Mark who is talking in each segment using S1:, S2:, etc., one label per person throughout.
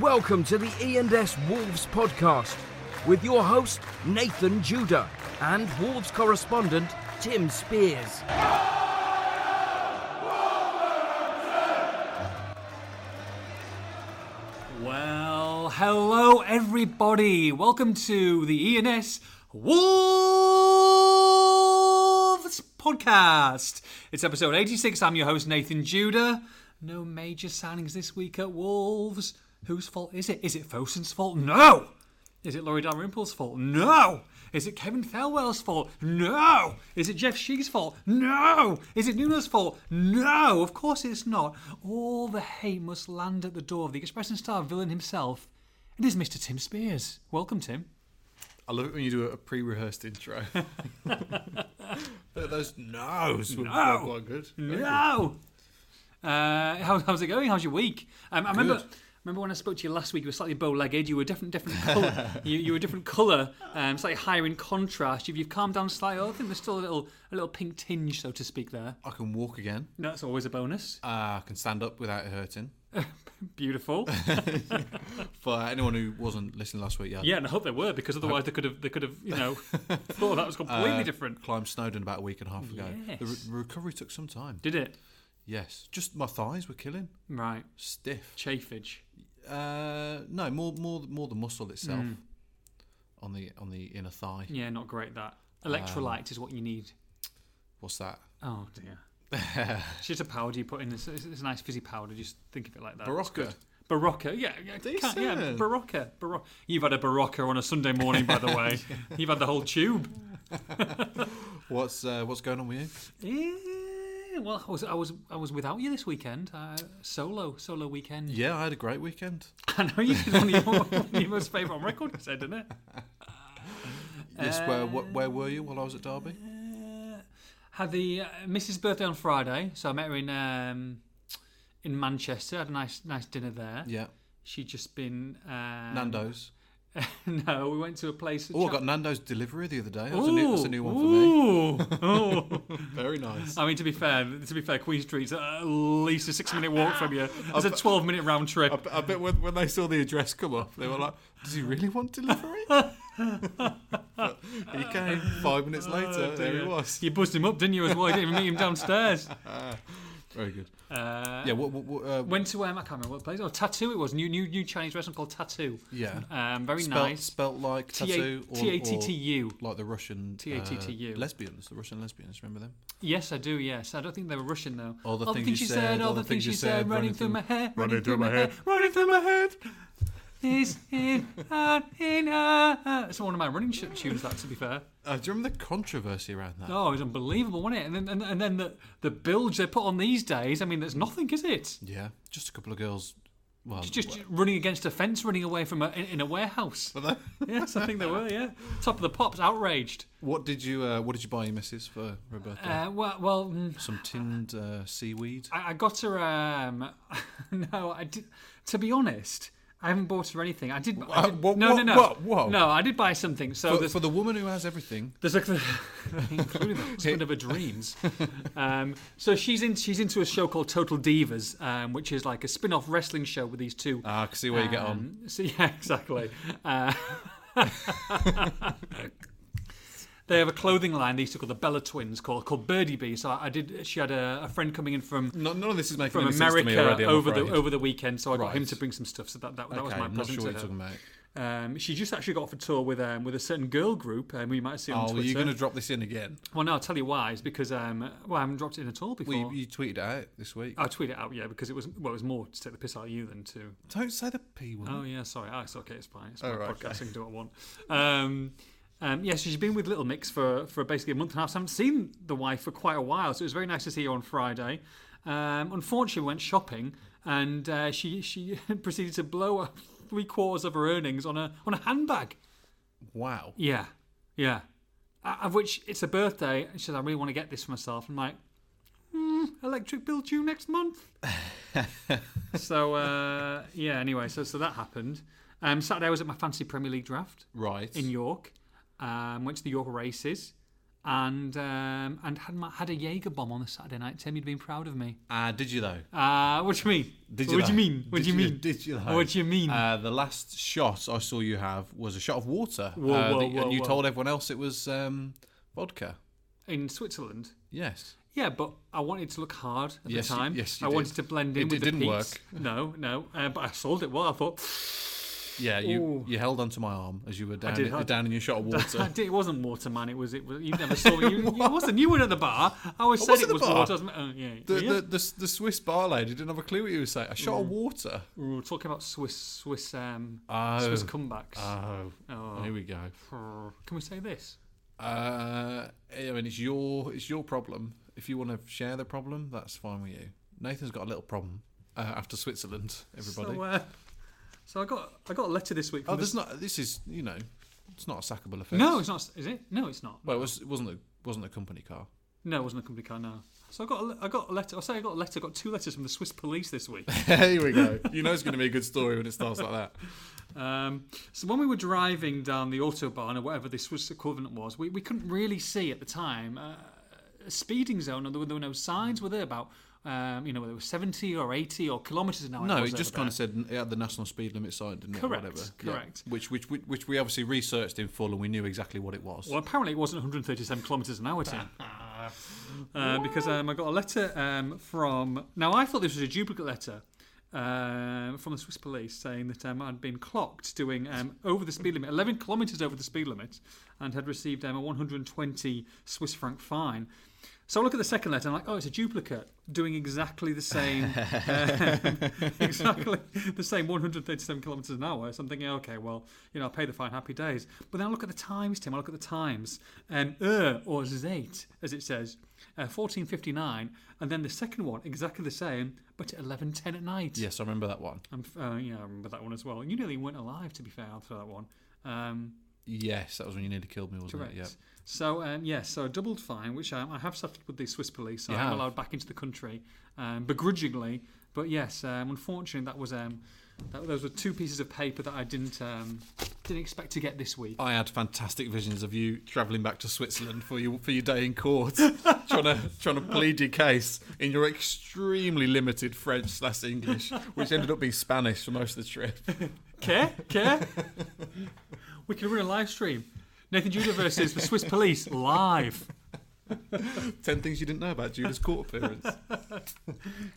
S1: Welcome to the E&S Wolves podcast with your host Nathan Judah and Wolves correspondent Tim Spears.
S2: Well, hello everybody. Welcome to the E ENS Wolves podcast. It's episode 86. I'm your host Nathan Judah. No major signings this week at Wolves. Whose fault is it? Is it Fosun's fault? No. Is it Laurie Dalrymple's fault? No. Is it Kevin Thelwell's fault? No. Is it Jeff Shee's fault? No. Is it Nuno's fault? No. Of course it's not. All the hate must land at the door of the Express and Star villain himself. It is Mr. Tim Spears. Welcome, Tim.
S3: I love it when you do a pre-rehearsed intro. But those no's were
S2: No.
S3: quite good. Very
S2: No. Uh, how, how's it going? How's your week? Um, I remember. Remember when I spoke to you last week? You were slightly bow-legged. You were different, different colour. you, you were different colour, um, slightly higher in contrast. You've, you've calmed down slightly. I think there's still a little, a little pink tinge, so to speak. There.
S3: good. I can walk again.
S2: No, That's always a bonus.
S3: Uh, I can stand up without it hurting.
S2: Beautiful.
S3: For anyone who wasn't listening last week, yeah.
S2: yeah, and I hope there were because otherwise they could have, they could have, you know, thought that was completely different.
S3: Climbed Snowdon about a week and a half ago. The re-
S2: Yes.
S3: recovery took some time.
S2: Did it?
S3: Yes, just my thighs were killing.
S2: Right.
S3: Stiff.
S2: Chafage.
S3: Uh, no, more, more, more the muscle itself on the on the inner thigh.
S2: Hmm. Yeah, not great. That electrolyte is what you need.
S3: What's that?
S2: Oh dear. it's just a powder you put in. It's, it's, it's a nice fizzy powder. Just think of it like that.
S3: Barocca.
S2: Barocca, yeah, yeah, can't- yeah,
S3: Decent.
S2: Barocca, Barocca. You've had a Barocca on a Sunday morning, by the way. You've had the whole tube.
S3: What's uh, what's going on with you?
S2: Eh, well, I was, I was, I was without you this weekend. Uh, solo, solo weekend.
S3: Yeah, I had a great weekend.
S2: I know you did one of your, one of your most favourite on record. You said, didn't it?
S3: Yes, where where, where were you while I was at Derby?
S2: Uh, Had the uh, Mrs. birthday on Friday, so I met her in um, in Manchester. Had a nice, nice dinner there.
S3: Yeah,
S2: She'd just been um,
S3: Nando's.
S2: no, we went to a place.
S3: Oh, I got Nando's delivery the other day. That's a new, that's a new one for me.
S2: for me.
S3: Very nice.
S2: I mean, to be fair, to be fair, Queen Street's at least a six-minute walk from you. It's a twelve-minute round trip.
S3: I bet when, when they saw the address come up, they were like, "Does he really want delivery?" But he came five minutes
S2: Oh,
S3: later. there he was.
S2: You buzzed him up, didn't you? As well, you didn't even meet him downstairs.
S3: Very good.
S2: Uh,
S3: Yeah. What? what, what uh,
S2: Went to um, I can't remember what place. Oh, Tattoo. It was new, new, new Chinese restaurant called Tattoo.
S3: yeah.
S2: Um, very
S3: Spelt,
S2: nice.
S3: spelt like
S2: T A
S3: tattoo or,
S2: T A T T U.
S3: or like the Russian
S2: T A T T U.
S3: uh, lesbians. The Russian lesbians. Remember them?
S2: Yes, I do. Yes, I don't think they were Russian though.
S3: All the things you said,
S2: all the things you said, running through my head, running through my head,
S3: Running through my head.
S2: This in, out in, out. It's one of my running sh- tunes. That, to be fair.
S3: Uh, do you remember the controversy around that?
S2: Oh, it was unbelievable, wasn't it? And then, and, and then the, the bilge they put on these days, I mean, there's nothing, is it?
S3: Yeah. Just a couple of girls. Well,
S2: It's just running against a fence, running away from a, in, in a warehouse. yes, I think they were, yeah. Top of the pops, outraged.
S3: what did you uh, what did you buy, your Mrs. for Roberta?
S2: Uh, well, well mm,
S3: Some tinned uh, seaweed.
S2: I, I got her. Um, no, I did. To be honest, I haven't bought her anything. I did. I did
S3: Uh, what-
S2: no,
S3: what-
S2: no, no,
S3: what- whoa.
S2: No, I did buy something. So
S3: But
S2: there's-
S3: for the woman who has everything,
S2: There's like the including the husband of her dreams. Um, so she's in she's into a show called Total Divas, um, which is like a spin-off wrestling show with these two.
S3: ah, I can see where you get on.
S2: um, So yeah, exactly. Uh, they have a clothing line. These two called the Bella Twins, called called Birdie Bee. So I, I did. She had a, a friend coming in from
S3: No, none of this is making
S2: from
S3: any sense to
S2: America
S3: me already. I'm
S2: over the
S3: afraid.
S2: over the weekend. So I got
S3: Right.
S2: him to bring some stuff. So that that, that was
S3: okay,
S2: my
S3: I'm not sure
S2: present
S3: what
S2: to
S3: you're
S2: her.
S3: talking about.
S2: Um, she just actually got off a tour with um, with a certain girl group um, who you might see on
S3: Oh,
S2: Twitter.
S3: you're going to drop this in again?
S2: Well, no, I'll tell you why. It's because um, well, I haven't dropped it in at all before.
S3: Well, you, you tweeted out this week.
S2: I'll tweet it out, yeah, because it was well, it was more to take the piss out of you than to.
S3: Don't say the p word.
S2: Oh yeah, sorry. Ah, it's okay. It's fine. It's my
S3: Oh, right,
S2: podcast. I can do what I want. Um, um, yeah, so she's been with Little Mix for for basically a month and a half. So I haven't seen the wife for quite a while, so it was very nice to see her on Friday. Um, unfortunately, we went shopping, and uh, she she proceeded to blow up three quarters of her earnings on a on a handbag.
S3: Wow.
S2: Yeah, yeah. Uh, Of which it's a birthday. and She says, "I really want to get this for myself." I'm like, "Hmm, "Electric bill due next month." so uh, yeah. Anyway, so so that happened. Um, Saturday I was at my fancy Premier League draft
S3: Right.
S2: in York. Um, went to the York races. and um, and had my, had a Jaeger bomb on the Saturday night. Tim, you'd been proud of me.
S3: Uh, did you though?
S2: Uh, what do you mean?
S3: Did
S2: what do you
S3: though?
S2: mean? What
S3: Did
S2: do you mean?
S3: Did you? though?
S2: What do you mean?
S3: Uh, the last shot I saw you have was a shot of water,
S2: Whoa,
S3: uh,
S2: whoa,
S3: that-
S2: whoa,
S3: and you
S2: whoa.
S3: told everyone else it was um, vodka.
S2: in Switzerland.
S3: Yes.
S2: Yeah, but I wanted to look hard at
S3: Yes,
S2: the
S3: you-
S2: time.
S3: yes, you
S2: I
S3: did.
S2: wanted to blend in
S3: It
S2: with
S3: didn't
S2: the
S3: work.
S2: peaks. No, no, uh, but I sold it well. I thought
S3: Yeah, you
S2: Ooh.
S3: you held onto my arm as you were down
S2: did, I-
S3: down in your shot of water.
S2: I did- it wasn't water, man. It was. It was. You never saw it. You, it wasn't. You were at the bar. I always said
S3: was at
S2: it
S3: the
S2: was
S3: bar.
S2: water. I was- Oh, yeah.
S3: The,
S2: yeah.
S3: the, the the Swiss bar lady didn't have a clue what you were saying. A
S2: Mm.
S3: shot of water.
S2: We were talking about Swiss Swiss um,
S3: Oh.
S2: Swiss comebacks.
S3: Oh, here we go.
S2: Can we say this?
S3: Uh, I mean, it's your it's your problem. If you want to share the problem, that's fine with you. Nathan's got a little problem uh, after Switzerland. Everybody.
S2: So, uh, so I got I got a letter this week. From
S3: oh,
S2: this-
S3: there's not. This is you know, it's not a sackable offence.
S2: no, it's not. Is it? No, it's not.
S3: Well, it, was, it wasn't a wasn't a company car.
S2: No, it wasn't a company car. No. So I got a, le- I got a letter. I say I got a letter. I got two letters from the Swiss police this week.
S3: here we go. You know it's going to be a good story when it starts like that.
S2: Um, so when we were driving down the autobahn or whatever this Swiss equivalent was, we, we couldn't really see at the time uh, a speeding zone. There were, there were no signs. Were there about um, you know whether it was seventy or eighty or kilometres an hour?
S3: No,
S2: was
S3: it
S2: over
S3: just
S2: there.
S3: kind of said it had the national speed limit sign, didn't it? or
S2: Correct,
S3: whatever. Yeah.
S2: correct.
S3: Which, which which which we obviously researched in full and we knew exactly what it was.
S2: Well, apparently it wasn't 137 kilometres an hour, Tim. uh, because um, I got a letter um, from. Now, I thought this was a duplicate letter um, from the Swiss police saying that um, I'd been clocked doing um, over the speed limit, 11 kilometres over the speed limit, and had received um, a 120 Swiss franc fine. So I look at the second letter and I'm like, oh, it's a duplicate doing exactly the same, um, exactly the same 137 kilometres an hour. So I'm thinking, okay, well, you know, I'll pay the fine, happy days. But then I look at the times, Tim, I look at the times, um, er, or zait, as it says, uh, 14.59, and then the second one, exactly the same, but at 11.10 at night.
S3: Yes, I remember that one.
S2: I'm, f- uh, yeah, I remember that one as well. You nearly weren't alive, to be fair, after that one. Um,
S3: Yes, that was when you nearly killed me, wasn't
S2: Correct.
S3: it? Yeah.
S2: So um, yes, so a doubled fine, which um, I have suffered with the Swiss police. So
S3: You
S2: I am
S3: have.
S2: allowed back into the country, um, begrudgingly. But yes, um, unfortunately, that was um, that, those were two pieces of paper that I didn't um, didn't expect to get this week.
S3: I had fantastic visions of you travelling back to Switzerland for your for your day in court, trying to trying to plead your case in your extremely limited French slash English, which ended up being Spanish for most of the trip.
S2: Care, care. we can run a live stream. Nathan Judah versus the Swiss police live.
S3: Ten things you didn't know about Judah's court appearance.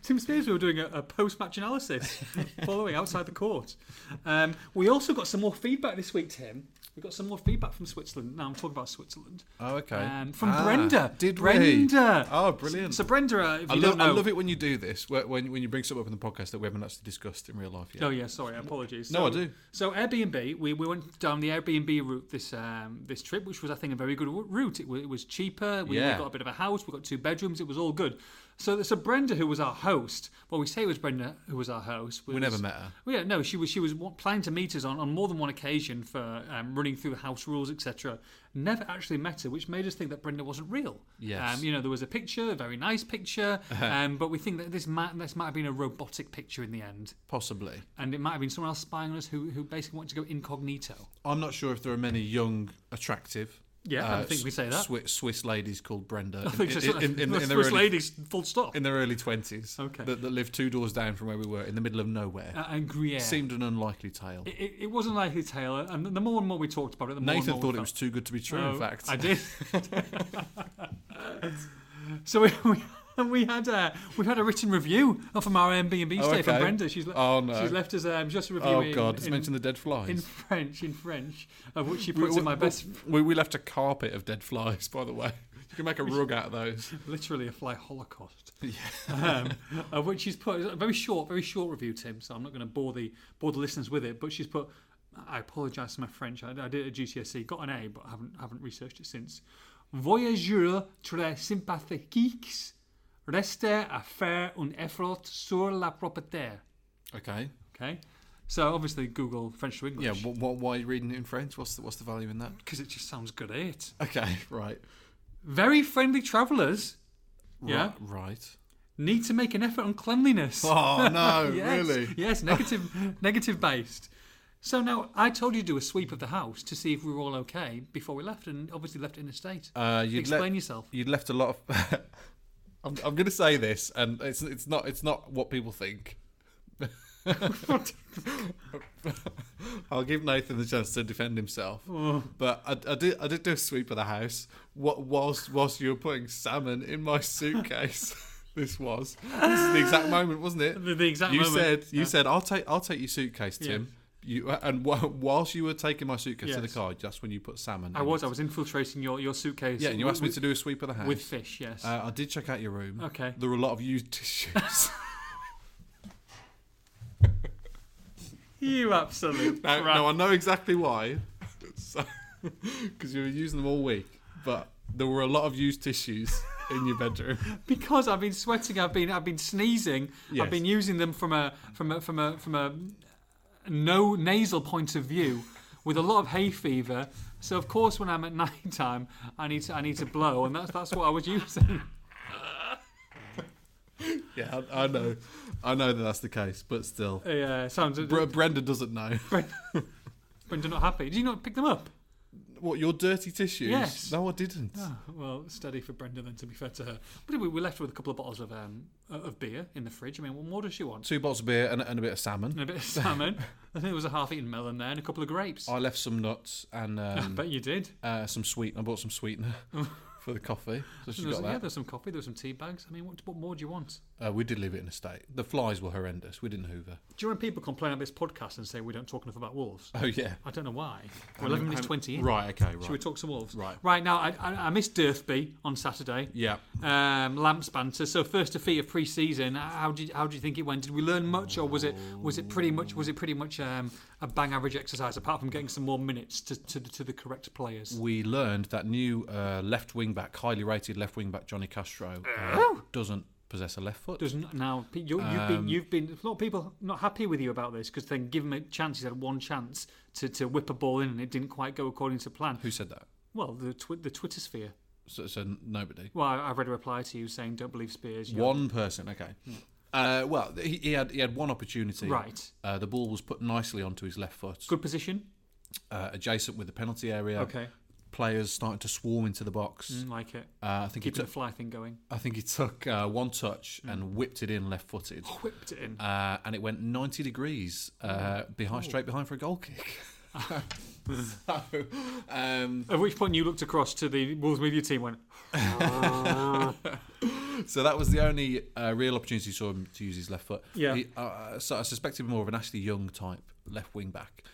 S2: Tim Spears, we were doing a, a post-match analysis following outside the court. Um, we also got some more feedback this week, Tim. We got some more feedback from Switzerland. Now I'm talking about Switzerland.
S3: Oh, okay.
S2: Um, from
S3: Ah,
S2: Brenda.
S3: Did we?
S2: Brenda?
S3: Oh, brilliant.
S2: So Brenda, uh, if
S3: I
S2: you
S3: love,
S2: don't
S3: I
S2: know,
S3: love it when you do this, where- when, when you bring something up in the podcast that we haven't actually discussed in real life yet.
S2: Oh yeah, sorry, apologies.
S3: No,
S2: so,
S3: I do.
S2: So Airbnb, we, we went down the Airbnb route this um, this trip, which was I think a very good w- route. It, wa- it was cheaper. We, we
S3: Yeah.
S2: got a bit of a house. We got two bedrooms. It was all good. So so Brenda, who was our host, well, we say it was Brenda who was our host.
S3: We never met her.
S2: Well, yeah, no, she was she was wa- planning to meet us on, on more than one occasion for um, running through the house rules, etc. Never actually met her, which made us think that Brenda wasn't real.
S3: Yes.
S2: Um, you know, there was a picture, a very nice picture, um, but we think that this might this might have been a robotic picture in the end
S3: Possibly.
S2: and it might have been someone else spying on us who, who basically wanted to go incognito.
S3: I'm not sure if there are many young, attractive. uh,
S2: Yeah, I think we say that.
S3: Swi- Swiss ladies called Brenda
S2: I think
S3: in,
S2: so.
S3: in, in, in,
S2: the
S3: in their
S2: Swiss
S3: early,
S2: ladies, full stop.
S3: in their early 20s
S2: Okay.
S3: that, that lived two doors down from where we were in the middle of nowhere.
S2: Uh, and Gruyere.
S3: Seemed an unlikely tale.
S2: it, it- it wasn't like his tailor, and the more and more we talked about it, the more and
S3: Nathan
S2: more
S3: thought
S2: we felt-
S3: it was too good to be true, in
S2: Oh,
S3: fact.
S2: I did. so we. we we had a we had a written review from our Airbnb
S3: Oh,
S2: stay from
S3: okay.
S2: Brenda. She's le-
S3: Oh, no.
S2: she's left us um, just a review.
S3: Oh,
S2: in,
S3: God, it's
S2: in,
S3: mentioned the dead flies.
S2: in French, in French, of which she
S3: We-
S2: puts
S3: we-
S2: in my best,
S3: we, we left a carpet of dead flies, by the way. You can make a rug out of those.
S2: literally a fly holocaust. um, of which she's put a very short, very short review, Tim. So I'm not going to bore the bore the listeners with it. But she's put, I apologise for my French. I, I did it at GCSE, E, got an A, but I haven't haven't researched it since. Voyageurs très sympathiques, restez à faire un effort sur la propriété.
S3: Okay.
S2: Okay, so obviously Google French to
S3: Yeah,
S2: English.
S3: wh wh- why are you reading it in French? What's the, what's the value in that?
S2: because it just sounds good. eh, It
S3: Okay, right.
S2: very friendly travellers. Yeah.
S3: Ri- Right.
S2: Need to make an effort on cleanliness.
S3: Oh, no,
S2: yes, Yes, negative, negative based. So now I told you to do a sweep of the house to see if we were all okay before we left, and obviously left it in a state.
S3: Uh, you'd
S2: Explain
S3: le-
S2: yourself.
S3: You'd left a lot of. I'm, I'm going to say this, and it's it's not it's not what people think. I'll give Nathan the chance to defend himself,
S2: Oh.
S3: but I, I did I did do a sweep of the house. What whilst whilst you were putting salmon in my suitcase? this was this is the exact moment, wasn't it?
S2: The- the exact
S3: you
S2: moment,
S3: said you
S2: yeah.
S3: said I'll take I'll take your suitcase, Tim. You and wh- whilst you were taking my suitcase to the
S2: Yes.
S3: car, just when you put salmon,
S2: I
S3: in
S2: was
S3: it.
S2: I was infiltrating your, your suitcase.
S3: Yeah, and you
S2: wi-
S3: asked me
S2: with,
S3: to do a sweep of the house
S2: with fish. Yes.
S3: uh, I did check out your room.
S2: Okay.
S3: There were a lot of used tissues.
S2: you absolute
S3: no,
S2: crap.
S3: no, I know exactly why. Because you were using them all week, but there were a lot of used tissues in your bedroom.
S2: because I've been sweating, I've been I've been sneezing,
S3: Yes.
S2: I've been using them from a from a from a from a no nasal point of view, with a lot of hay fever. So of course, when I'm at night time, I need to I need to blow, and that's that's what I was using.
S3: yeah, I, I know. I know that that's the case, but still.
S2: yeah, it sounds.
S3: Bre- Brenda doesn't know.
S2: Brendan not happy. Did you not pick them up?
S3: What, your dirty tissues?
S2: Yes.
S3: No, I didn't.
S2: Oh, well, steady for Brenda then. To be fair to her, but we we left her with a couple of bottles of um of beer in the fridge. I mean, what more does she want?
S3: Two bottles of beer and, and a bit of salmon.
S2: And a bit of salmon. I think there was a half-eaten melon there and a couple of grapes.
S3: I left some nuts and um,
S2: bet you did.
S3: uh, some sweet. I bought some sweetener for the coffee. So she
S2: There was,
S3: got
S2: yeah,
S3: that.
S2: there was some coffee, there was some tea bags. I mean, what, what more do you want?
S3: Uh, we did leave it in a state. The flies were horrendous. We didn't hoover.
S2: Do you know when people complain about this podcast and say we don't talk enough about wolves?
S3: Oh, yeah.
S2: I don't know why. We're 11 minutes 20 in.
S3: Right, okay,
S2: Should we
S3: right.
S2: talk some wolves?
S3: Right.
S2: Right, now, I, I, I missed Dearthby on Saturday.
S3: Yeah.
S2: Um, Lamps banter. So first defeat of pre-season. How do you, how do you think it went? Did we learn much, or was it was it pretty much was it pretty much um, a bang average exercise? Apart from getting some more minutes to, to, the, to the correct players.
S3: We learned that new uh, left wing back, highly rated left wing back Johnny Castro, uh,
S2: Uh-huh.
S3: doesn't possess a left foot.
S2: Doesn't now Pe- you, you've been you've been a lot of people not happy with you about this because then give him a chance. He's had one chance to, to whip a ball in and it didn't quite go according to plan.
S3: Who said that?
S2: Well, the twi- the Twitter sphere.
S3: So, so nobody.
S2: Well, I, I read a reply to you saying don't believe Spears. you
S3: One person. Okay. Uh, well, he, he had he had one opportunity.
S2: Hmm. Right.
S3: Uh, the ball was put nicely onto his left foot,
S2: Good position.
S3: uh, adjacent with the penalty area.
S2: Okay.
S3: Players started to swarm into the box.
S2: Mm, Like it. Mm.
S3: Uh, I think he
S2: Keeping
S3: took.
S2: the fly thing going.
S3: I think he took uh, one touch and whipped it in left footed.
S2: Whipped it in.
S3: uh, and it went 90 degrees uh,
S2: Oh.
S3: behind, straight behind for a goal kick. so, um,
S2: At which point you looked across to the Wolves media team and went,
S3: so that was the only uh, real opportunity he saw him to use his left foot.
S2: Yeah.
S3: He, uh, so I suspect him more of an Ashley Young type left wing back,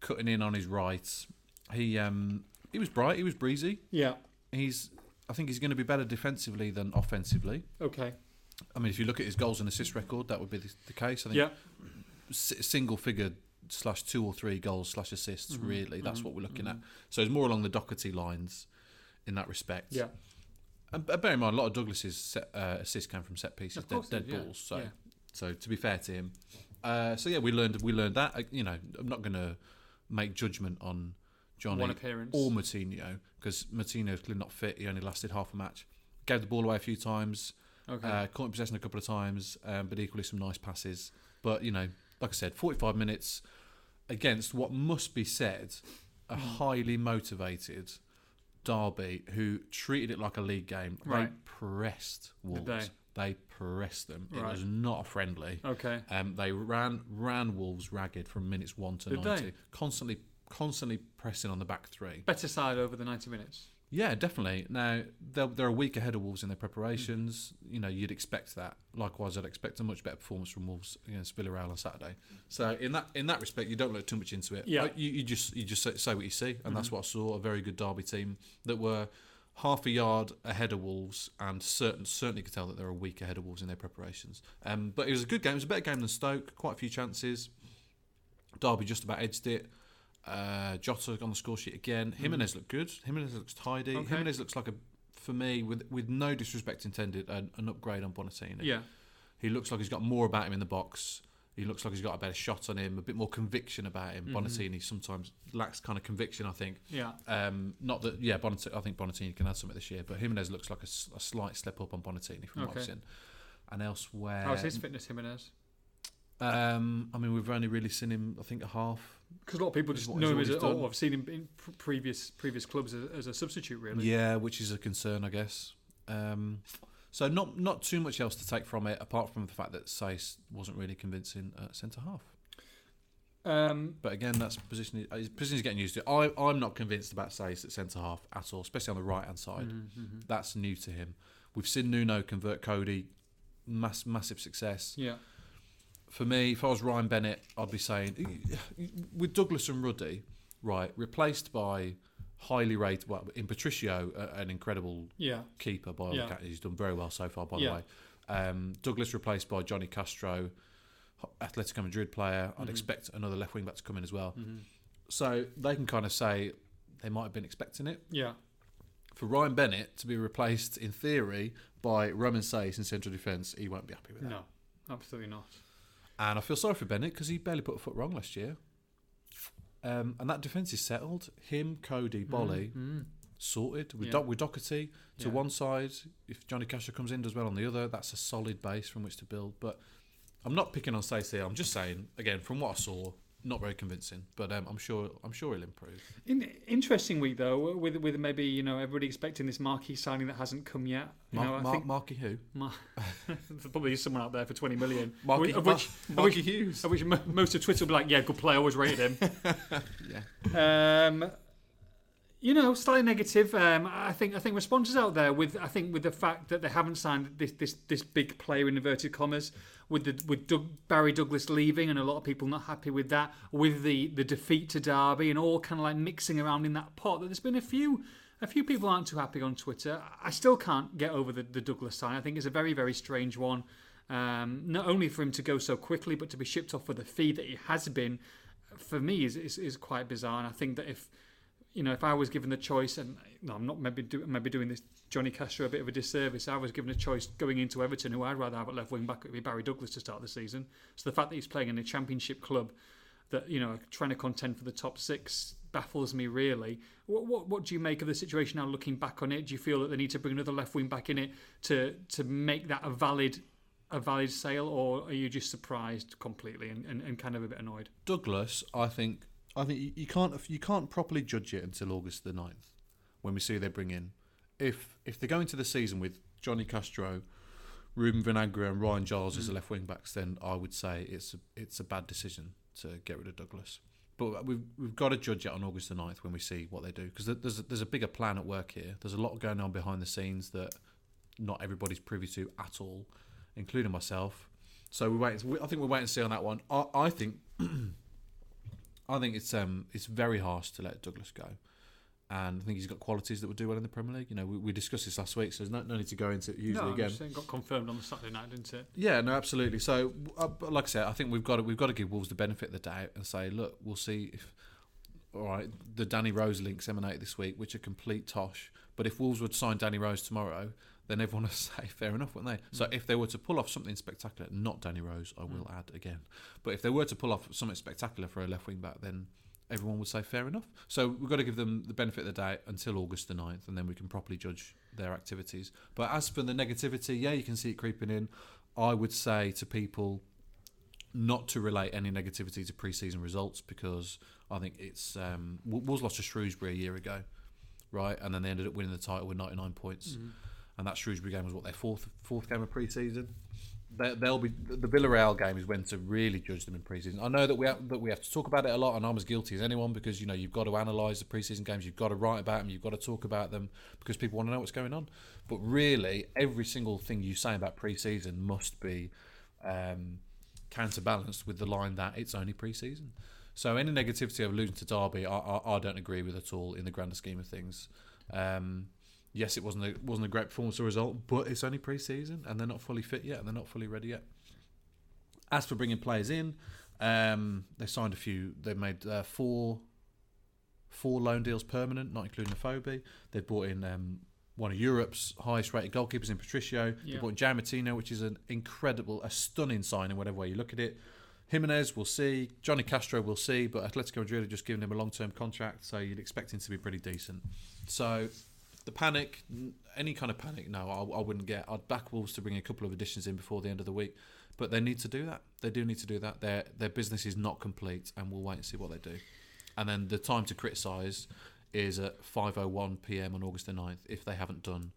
S3: cutting in on his right. He um, he was bright. He was breezy.
S2: yeah,
S3: He's I think he's going to be better defensively than offensively.
S2: okay.
S3: I mean, if you look at his goals and assist record, that would be the, the case. I think
S2: Yeah,
S3: s- single figure slash two or three goals slash assists.
S2: Mm-hmm.
S3: Really, that's what we're looking at. So it's more along the Doherty lines in that respect.
S2: yeah.
S3: And b- bear in mind, a lot of Douglas's set, uh, assists came from set pieces,
S2: Of
S3: dead,
S2: course they
S3: dead
S2: did, yeah.
S3: balls. So,
S2: Yeah.
S3: so to be fair to him, uh, so yeah, we learned we learned that. Uh, You know, I'm not going to make judgment on Johnny
S2: One appearance.
S3: or Martino because Martino's clearly not fit. He only lasted half a match. Gave the ball away a few times.
S2: Okay.
S3: Uh, caught in possession a couple of times, um, but equally some nice passes. But you know, like I said, 45 minutes against what must be said a
S2: Mm.
S3: highly motivated Derby who treated it like a league game. They
S2: Right.
S3: pressed Wolves.
S2: they?
S3: pressed them. It
S2: Right. Oh.
S3: was not a friendly.
S2: Okay.
S3: Um, they ran ran Wolves ragged from minutes one to
S2: Did they?
S3: ninety, constantly constantly pressing on the back three.
S2: Better side over the 90 minutes.
S3: Yeah, definitely. Now they're, they're a week ahead of Wolves in their preparations. You know, you'd expect that. Likewise, I'd expect a much better performance from Wolves against Villarreal on Saturday. So in that in that respect, you don't look too much into it.
S2: Yeah.
S3: Like, you, you just you just say, say what you see, and that's what I saw. A very good Derby team that were half a yard ahead of Wolves, and certain certainly could tell that they're a week ahead of Wolves in their preparations. Um, but it was a good game. It was a better game than Stoke. Quite a few chances. Derby just about edged it. Uh, Jota on the score sheet again.
S2: Hmm.
S3: Jimenez looked good. Jimenez looks tidy. Jimenez looks like a, for me, with with no disrespect intended, an, an upgrade on Bonatini.
S2: Yeah.
S3: He looks like he's got more about him in the box. He looks like he's got a better shot on him, a bit more conviction about him.
S2: Mm-hmm.
S3: Bonatini sometimes lacks kind of conviction, I think.
S2: Yeah.
S3: Um, not that, yeah, Bonatini, I think Bonatini can add something this year, but Jimenez looks like a, s- a slight step up on Bonatini from what I've
S2: Okay. Um,
S3: seen. And elsewhere,
S2: How's his fitness, Jimenez?
S3: Um, I mean, we've only really seen him, I think, a half.
S2: Because a lot of people just
S3: What
S2: know him
S3: he's
S2: as a,
S3: always
S2: oh,
S3: done.
S2: I've seen him in pr- previous previous clubs as, as a substitute, really.
S3: Yeah, which is a concern, I guess. Um, so not not too much else to take from it, apart from the fact that Saiss wasn't really convincing at centre half.
S2: Um,
S3: But again, that's position. uh, His position is getting used to. I I'm not convinced about Saiss at centre half at all, especially on the right hand side. That's new to him. We've seen Nuno convert Cody, mass massive success.
S2: yeah.
S3: for me, if I was Ryan Bennett, I'd be saying with Douglas and Ruddy, right, replaced by highly rated well, in Patricio, a- an incredible
S2: Yeah.
S3: keeper by all
S2: Yeah.
S3: accounts. He's done very well so far, by the
S2: Yeah.
S3: way. Um, Douglas replaced by Johnny Castro, Atletico Madrid player.
S2: Mm-hmm.
S3: I'd expect another left wing back to come in as well. So they can kind of say they might have been expecting it
S2: Yeah.
S3: for Ryan Bennett to be replaced in theory by Roman Sace in central defence. He won't be happy with that.
S2: No, absolutely not.
S3: And I feel sorry for Bennett because he barely put a foot wrong last year. Um, and that defence is settled. Him, Cody, Bolly, sorted. With,
S2: Mm-hmm. Yeah.
S3: Do- with Doherty to
S2: Yeah.
S3: one side. If Johnny Casher comes in, does well on the other. That's a solid base from which to build. But I'm not picking on Stacey. I'm just saying, again, from what I saw, not very convincing. But um, I'm sure I'm sure he'll improve.
S2: In, interesting week though, with with maybe you know everybody expecting this marquee signing that hasn't come yet. You
S3: Mark,
S2: know, I
S3: Mark,
S2: think
S3: Marky who?
S2: Mar- there's probably someone out there for twenty million.
S3: Marky,
S2: of
S3: Mar-
S2: which, of
S3: Marky
S2: which,
S3: Hughes.
S2: of which mo- most of Twitter will be like, "Yeah, good player, always rated him." yeah. Um, you know, slightly negative. Um, I think I think responses out there with I think with the fact that they haven't signed this this this big player in inverted commas with the with Doug, Barry Douglas leaving and a lot of people not happy with that with the the defeat to Derby and all kind of like mixing around in that pot. That there's been a few. A few people aren't too happy on Twitter. I still can't get over the, the Douglas sign. I think it's a very, very strange one. Um, not only for him to go so quickly, but to be shipped off for the fee that he has been, for me, is, is, is quite bizarre. And I think that if you know, if I was given the choice, and no, I'm not maybe do, maybe doing this Johnny Castro a bit of a disservice. I was given a choice going into Everton, who I'd rather have at left wing back, it would be Barry Douglas to start the season. So the fact that he's playing in a Championship club that you know are trying to contend for the top six baffles me really. What, what what do you make of the situation now? Looking back on it, do you feel that they need to bring another left wing back in it to to make that a valid a valid sale, or are you just surprised completely and, and, and kind of a bit annoyed?
S3: Douglas, I think I think you, you can't you can't properly judge it until August the 9th when we see who they bring in. If if they go into the season with Johnny Castro, Ruben Vinagre and Ryan Giles as the left wing backs, then I would say it's a, it's a bad decision to get rid of Douglas. But we've, we've got to judge it on August the 9th when we see what they do because there's a, there's a bigger plan at work here. There's a lot going on behind the scenes that not everybody's privy to at all, including myself. So we wait. I think we'll wait and see on that one. I, I think I think it's um it's very harsh to let Douglas go, and I think he's got qualities that would do well in the Premier League. You know, we, we discussed this last week, so there's no, no need to go into it usually again.
S2: got confirmed on the Saturday night, didn't it?
S3: Yeah, no, absolutely. So, uh, but like I said, I think we've got to, we've got to give Wolves the benefit of the doubt and say, look, we'll see if all right. The Danny Rose links emanate this week, which are complete tosh. But if Wolves would sign Danny Rose tomorrow, then everyone would say fair enough, wouldn't they? So if they were to pull off something spectacular, not Danny Rose, I will add again. But if they were to pull off something spectacular for a left wing back, then everyone would say fair enough. So we've got to give them the benefit of the doubt until August the 9th, and then we can properly judge their activities. But as for the negativity, yeah, you can see it creeping in. I would say to people not to relate any negativity to pre-season results because I think it's um, Wo- Wolves lost to Shrewsbury a year ago, right? And then they ended up winning the title with 99 points, and that Shrewsbury game was what their fourth fourth game of pre-season. They, they'll be the Villarreal game is when to really judge them in pre-season. I know that we have, that we have to talk about it a lot, and I'm as guilty as anyone because you know you've got to analyse the pre-season games, you've got to write about them, you've got to talk about them because people want to know what's going on. But really, every single thing you say about pre-season must be. Um, counterbalanced with the line that it's only pre-season. So any negativity of losing to Derby, I, I, I don't agree with at all in the grander scheme of things. Um, yes, it wasn't a, wasn't a great performance or result, but it's only pre-season and they're not fully fit yet and they're not fully ready yet. As for bringing players in, um, they signed a few. They made uh, four four loan deals permanent, not including the Phobe. They've brought in um, one of Europe's highest rated goalkeepers in Patricio.
S2: Yeah.
S3: They brought in Jan Martino, which is an incredible, a stunning signing, whatever way you look at it. Jimenez, we'll see. Johnny Castro, we'll see. But Atletico Madrid have just given him a long term contract, so you'd expect him to be pretty decent. So the panic, n- any kind of panic, no, I, I wouldn't get. I'd back Wolves to bring a couple of additions in before the end of the week But they need to do that. They do need to do that. Their their business is not complete, and we'll wait and see what they do. And then the time to criticise is at 5:01 p.m. on August the 9th if they haven't done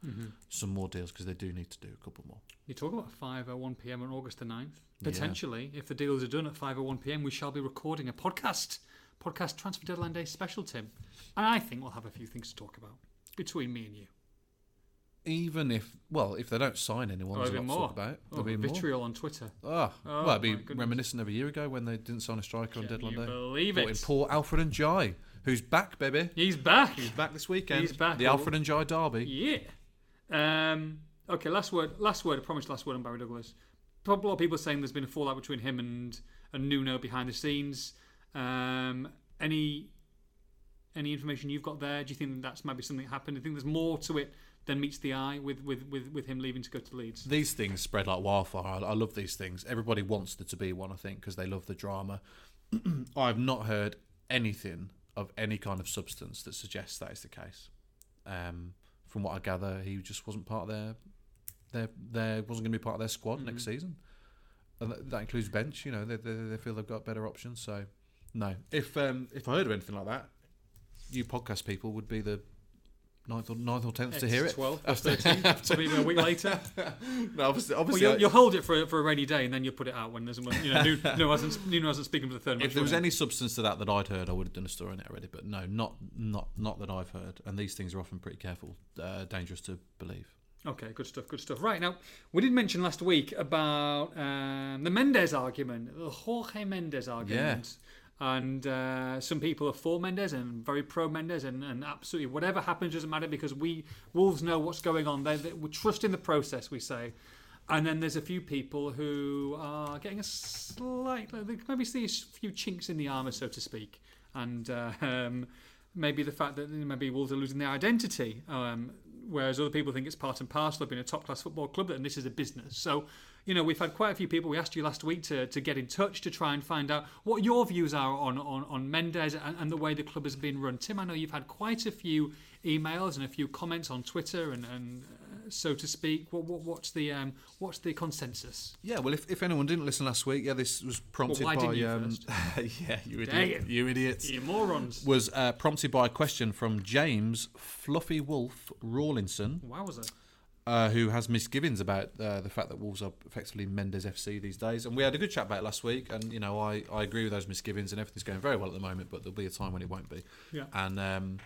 S3: some more deals because they do need to do a couple more.
S2: You're talking about 5.01 pm on August the 9th. Potentially, if the deals are done at 5.01 pm, we shall be recording a podcast, podcast Transfer Deadline Day special, Tim. And I think we'll have a few things to talk about between me and you.
S3: Even if well, if they don't sign anyone,
S2: Or
S3: there's a
S2: even
S3: lot to
S2: more.
S3: talk about.
S2: Oh,
S3: There'll be more.
S2: vitriol on Twitter.
S3: Ah,
S2: Oh,
S3: well, it'd be
S2: my goodness.
S3: reminiscent of a year ago when they didn't sign a striker on
S2: Can
S3: deadline
S2: you
S3: day.
S2: believe
S3: Brought in
S2: it?
S3: Poor Alfred and Jai, who's back, baby.
S2: He's back.
S3: He's back this weekend.
S2: He's back.
S3: The Alfred and Jai derby.
S2: Yeah. Um, okay, last word. Last word. I promised last word on Barry Douglas. A lot of people are saying there's been a fallout between him and, and Nuno behind the scenes. Um, any any information you've got there? Do you think that's maybe something that happened? Do you think there's more to it than meets the eye with, with, with, with him leaving to go to Leeds?
S3: These things spread like wildfire. I, I love these things. Everybody wants there to be one, I think, because they love the drama. I've not heard anything of any kind of substance that suggests that is the case. Um, from what I gather, he just wasn't part of their, their, their wasn't going to be part of their squad next season. And that, that includes bench. You know, they, they, they feel they've got better options. So, no. If um, if I heard of anything like that, you podcast people would be the ninth or ninth or tenth to hear it.
S2: 12 or 13, probably even a week later.
S3: No, obviously,
S2: Well,
S3: obviously
S2: you'll, you'll hold it for, a- for a rainy day and then you'll put it out when there's when, you know Nuno, Nuno hasn't Nuno hasn't spoken for the third.
S3: if
S2: match,
S3: there
S2: will
S3: was
S2: he?
S3: any substance to that that I'd heard, I would have done a story on it already. But no, not not not that I've heard. And these things are often pretty careful, uh, dangerous to believe.
S2: Okay, good stuff, good stuff. Right, now, we did mention last week about um, the Mendes argument, the Jorge Mendes argument. And uh, some people are for Mendes and very pro Mendes, and, and absolutely whatever happens doesn't matter because we Wolves know what's going on. They, they, we trust in the process, we say. And then there's a few people who are getting a slight, they maybe see a few chinks in the armour, so to speak. And uh, um, maybe the fact that maybe Wolves are losing their identity, um, whereas other people think it's part and parcel of being a top class football club and this is a business. So, you know, we've had quite a few people. We asked you last week to, to get in touch to try and find out what your views are on, on, on Mendes and, and the way the club has been run. Tim, I know you've had quite a few emails and a few comments on Twitter and, and uh, so to speak. What, what, what's, the, um, what's the consensus?
S3: Yeah, well, if, if anyone didn't listen last week, yeah, this was prompted
S2: why didn't
S3: by
S2: you
S3: um,
S2: first?
S3: yeah, you
S2: Dang
S3: idiot,
S2: it.
S3: you idiots.
S2: You morons.
S3: Was uh, prompted by a question from James Fluffy Wolf Rawlinson,
S2: Wowza.
S3: uh, who has misgivings about uh, the fact that Wolves are effectively Mendes FC these days. And we had a good chat about it last week, and you know I, I agree with those misgivings, and everything's going very well at the moment, but there'll be a time when it won't be.
S2: Yeah.
S3: And um,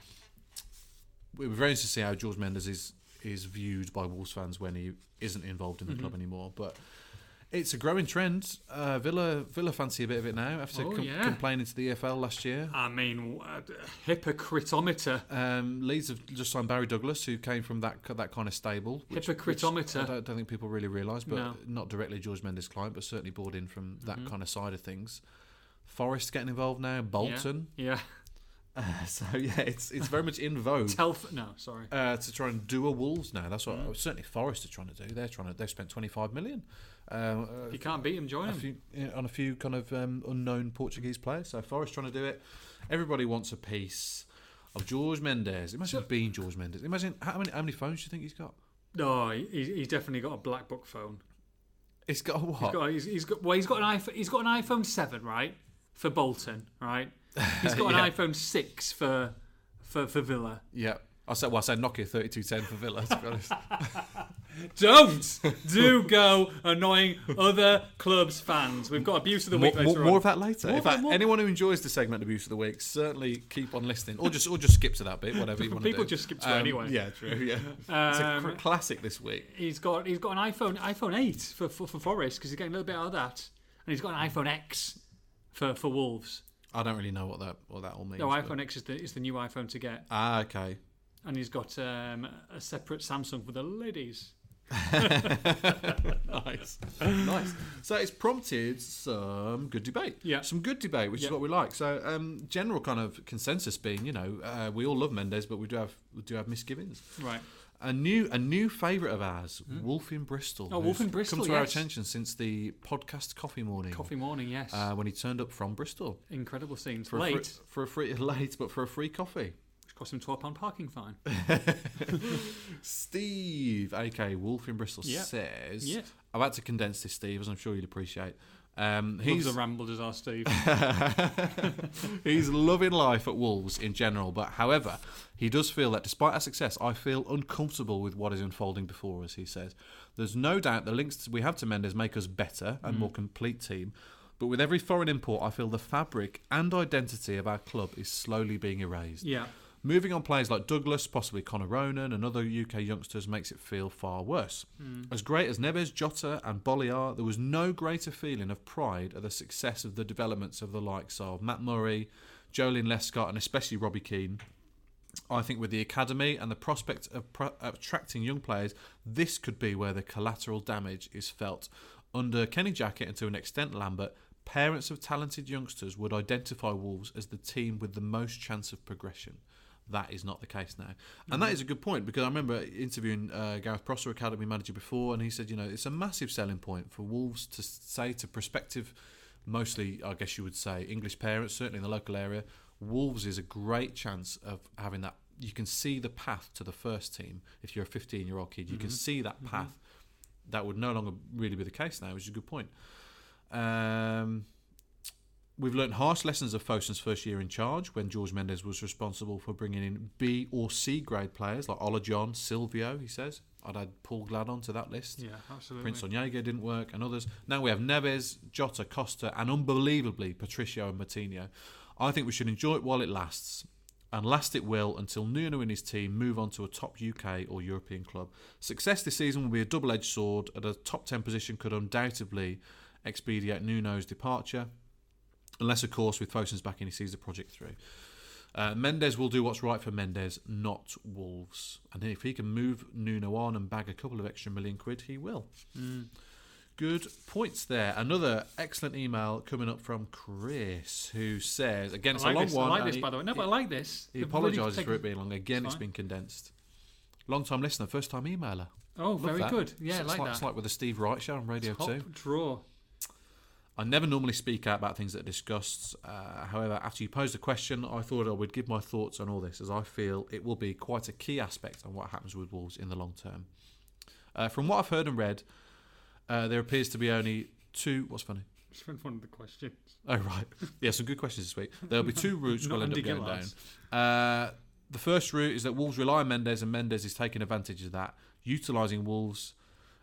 S3: we were very interested to see how George Mendes is is viewed by Wolves fans when he isn't involved in the
S2: Mm-hmm.
S3: club anymore, but. It's a growing trend. Uh, Villa Villa fancy a bit of it now after
S2: Oh,
S3: com-
S2: yeah.
S3: complaining to the EFL last year.
S2: I mean, what a hypocritometer.
S3: Um, Leeds have just signed Barry Douglas, who came from that that kind of stable. Which,
S2: Hypocritometer.
S3: Which I don't, don't think people really realise, but
S2: No. Mm-hmm.
S3: not directly George Mendes' client, but certainly bought in from that kind of side of things. Forest getting involved now, Bolton.
S2: Yeah. yeah.
S3: so yeah, it's it's very much in vogue
S2: Telf. No, sorry.
S3: uh, to try and do a Wolves now. That's what
S2: Mm-hmm.
S3: certainly Forest are trying to do. They're trying to. They've spent twenty five million. Um, uh,
S2: If you can't beat him, join
S3: a
S2: him.
S3: few, yeah, on a few kind of um, unknown Portuguese players. So Forest trying to do it. Everybody wants a piece of George Mendes. Imagine being George Mendes. Imagine how many how many phones do you think he's got?
S2: No, he, he's definitely got a black book phone.
S3: He's got a what?
S2: He's got, he's, he's got well, he's got an iPhone. He's got an iPhone seven, right, for Bolton, right. He's got
S3: Yeah.
S2: an iPhone six for for for Villa.
S3: yeah. I said, well, I said Nokia 3210 for Villa, to be honest.
S2: Don't do go annoying other clubs fans. We've got abuse of the
S3: more,
S2: week
S3: more,
S2: later
S3: more
S2: on.
S3: of that later.
S2: More
S3: In
S2: of that,
S3: fact,
S2: more-
S3: anyone who enjoys the segment Abuse of the Week, certainly keep on listening. Or just or just skip to that bit, whatever you want to do. Um,
S2: People just skip to it anyway. Um,
S3: Yeah, true, yeah. it's a cr- classic this week.
S2: He's got he's got an iPhone iPhone eight for for, for Forest because he's getting a little bit out of that, and he's got an iPhone X for for Wolves.
S3: I don't really know what that what that all means.
S2: No,
S3: but-
S2: iPhone X is the is the new iPhone to get.
S3: Ah, okay.
S2: and he's got um, a separate Samsung for the ladies.
S3: nice, nice. So it's prompted some good debate.
S2: Yeah.
S3: some good debate, which
S2: Yeah.
S3: is what we like. So um, general kind of consensus being, you know, uh, we all love Mendes, but we do have we do have misgivings.
S2: Right.
S3: A new a new favourite of ours, Wolf in Bristol.
S2: Hmm. Oh, Wolf
S3: who's
S2: in Bristol,
S3: come to our
S2: yes.
S3: attention since the podcast Coffee Morning.
S2: Coffee morning, yes.
S3: Uh, when he turned up from Bristol
S2: Incredible scenes.
S3: for
S2: Late,
S3: a free, for a free late, but for a free coffee.
S2: which cost him £12 parking fine.
S3: Steve, aka Wolf in Bristol,
S2: Yeah.
S3: says
S2: Yeah.
S3: I've had to condense this, Steve, as I'm sure you'll appreciate. Um,
S2: He's
S3: he's
S2: a ramble, does our Steve.
S3: he's loving life at Wolves in general, but however, he does feel that despite our success, I feel uncomfortable with what is unfolding before us. He says, "There's no doubt the links we have to Mendes make us better and more complete team." But with every foreign import, I feel the fabric and identity of our club is slowly being erased.
S2: yeah.
S3: Moving on players like Douglas, possibly Conor Ronan, and other UK youngsters makes it feel far worse. As great as Neves, Jota, and Bolly are, there was no greater feeling of pride at the success of the developments of the likes of Matt Murray, Jolene Lescott, and especially Robbie Keane. I think with the academy and the prospect of pro- attracting young players, this could be where the collateral damage is felt. Under Kenny Jackett and to an extent Lambert, parents of talented youngsters would identify Wolves as the team with the most chance of progression. That is not the case now. And that is a good point because I remember interviewing uh, Gareth Prosser, Academy manager, before, and he said, you know, it's a massive selling point for Wolves to s- say to prospective mostly, I guess you would say, English parents, certainly in the local area. Wolves is a great chance of having that. You can see the path to the first team if you're a 15 year old kid. You can see that path. That would no longer really be the case now, which is a good point. Um, we've learnt harsh lessons of Fosun's first year in charge when George Mendes was responsible for bringing in B or C grade players like Ola John, Silvio, he says. I'd add Paul Glad onto that list.
S2: Yeah, absolutely.
S3: Prince Onyega didn't work, and others. Now we have Neves, Jota, Costa, and unbelievably Patricio and Martino. I think we should enjoy it while it lasts, and last it will until Nuno and his team move on to a top UK or European club. Success this season will be a double edged sword, and a top 10 position could undoubtedly expedite Nuno's departure, unless, of course, with Fosun's back in, he sees the project through. Uh, Mendes will do what's right for Mendes, not Wolves. And if he can move Nuno on and bag a couple of extra million quid, he will.
S2: Hmm.
S3: Good points there. Another excellent email coming up from Chris, who says again, it's
S2: I like
S3: a long
S2: this.
S3: one.
S2: I like
S3: and
S2: this,
S3: he-
S2: by the way. No, but I like this.
S3: He
S2: They've really
S3: apologises for
S2: taken-
S3: it being long. Again,
S2: It's
S3: it's been condensed. Long time listener, first time emailer.
S2: Oh,
S3: Love
S2: very
S3: that.
S2: good. Yeah, I
S3: it's
S2: like
S3: like,
S2: that.
S3: It's like with the Steve Wright show on Radio
S2: Top
S3: Two.
S2: draw.
S3: I never normally speak out about things that are discussed. Uh, however, after you posed the question, I thought I would give my thoughts on all this, as I feel it will be quite a key aspect on what happens with Wolves in the long term. Uh, from what I've heard and read, uh, there appears to be only two. What's funny?
S2: It's been one of the questions.
S3: Oh right, yeah, some good questions this week. There'll be two routes
S2: Not
S3: we'll end up
S2: Andy
S3: going
S2: Gillard's.
S3: down. Uh, the first route is that Wolves rely on Mendes, and Mendes is taking advantage of that, utilising Wolves,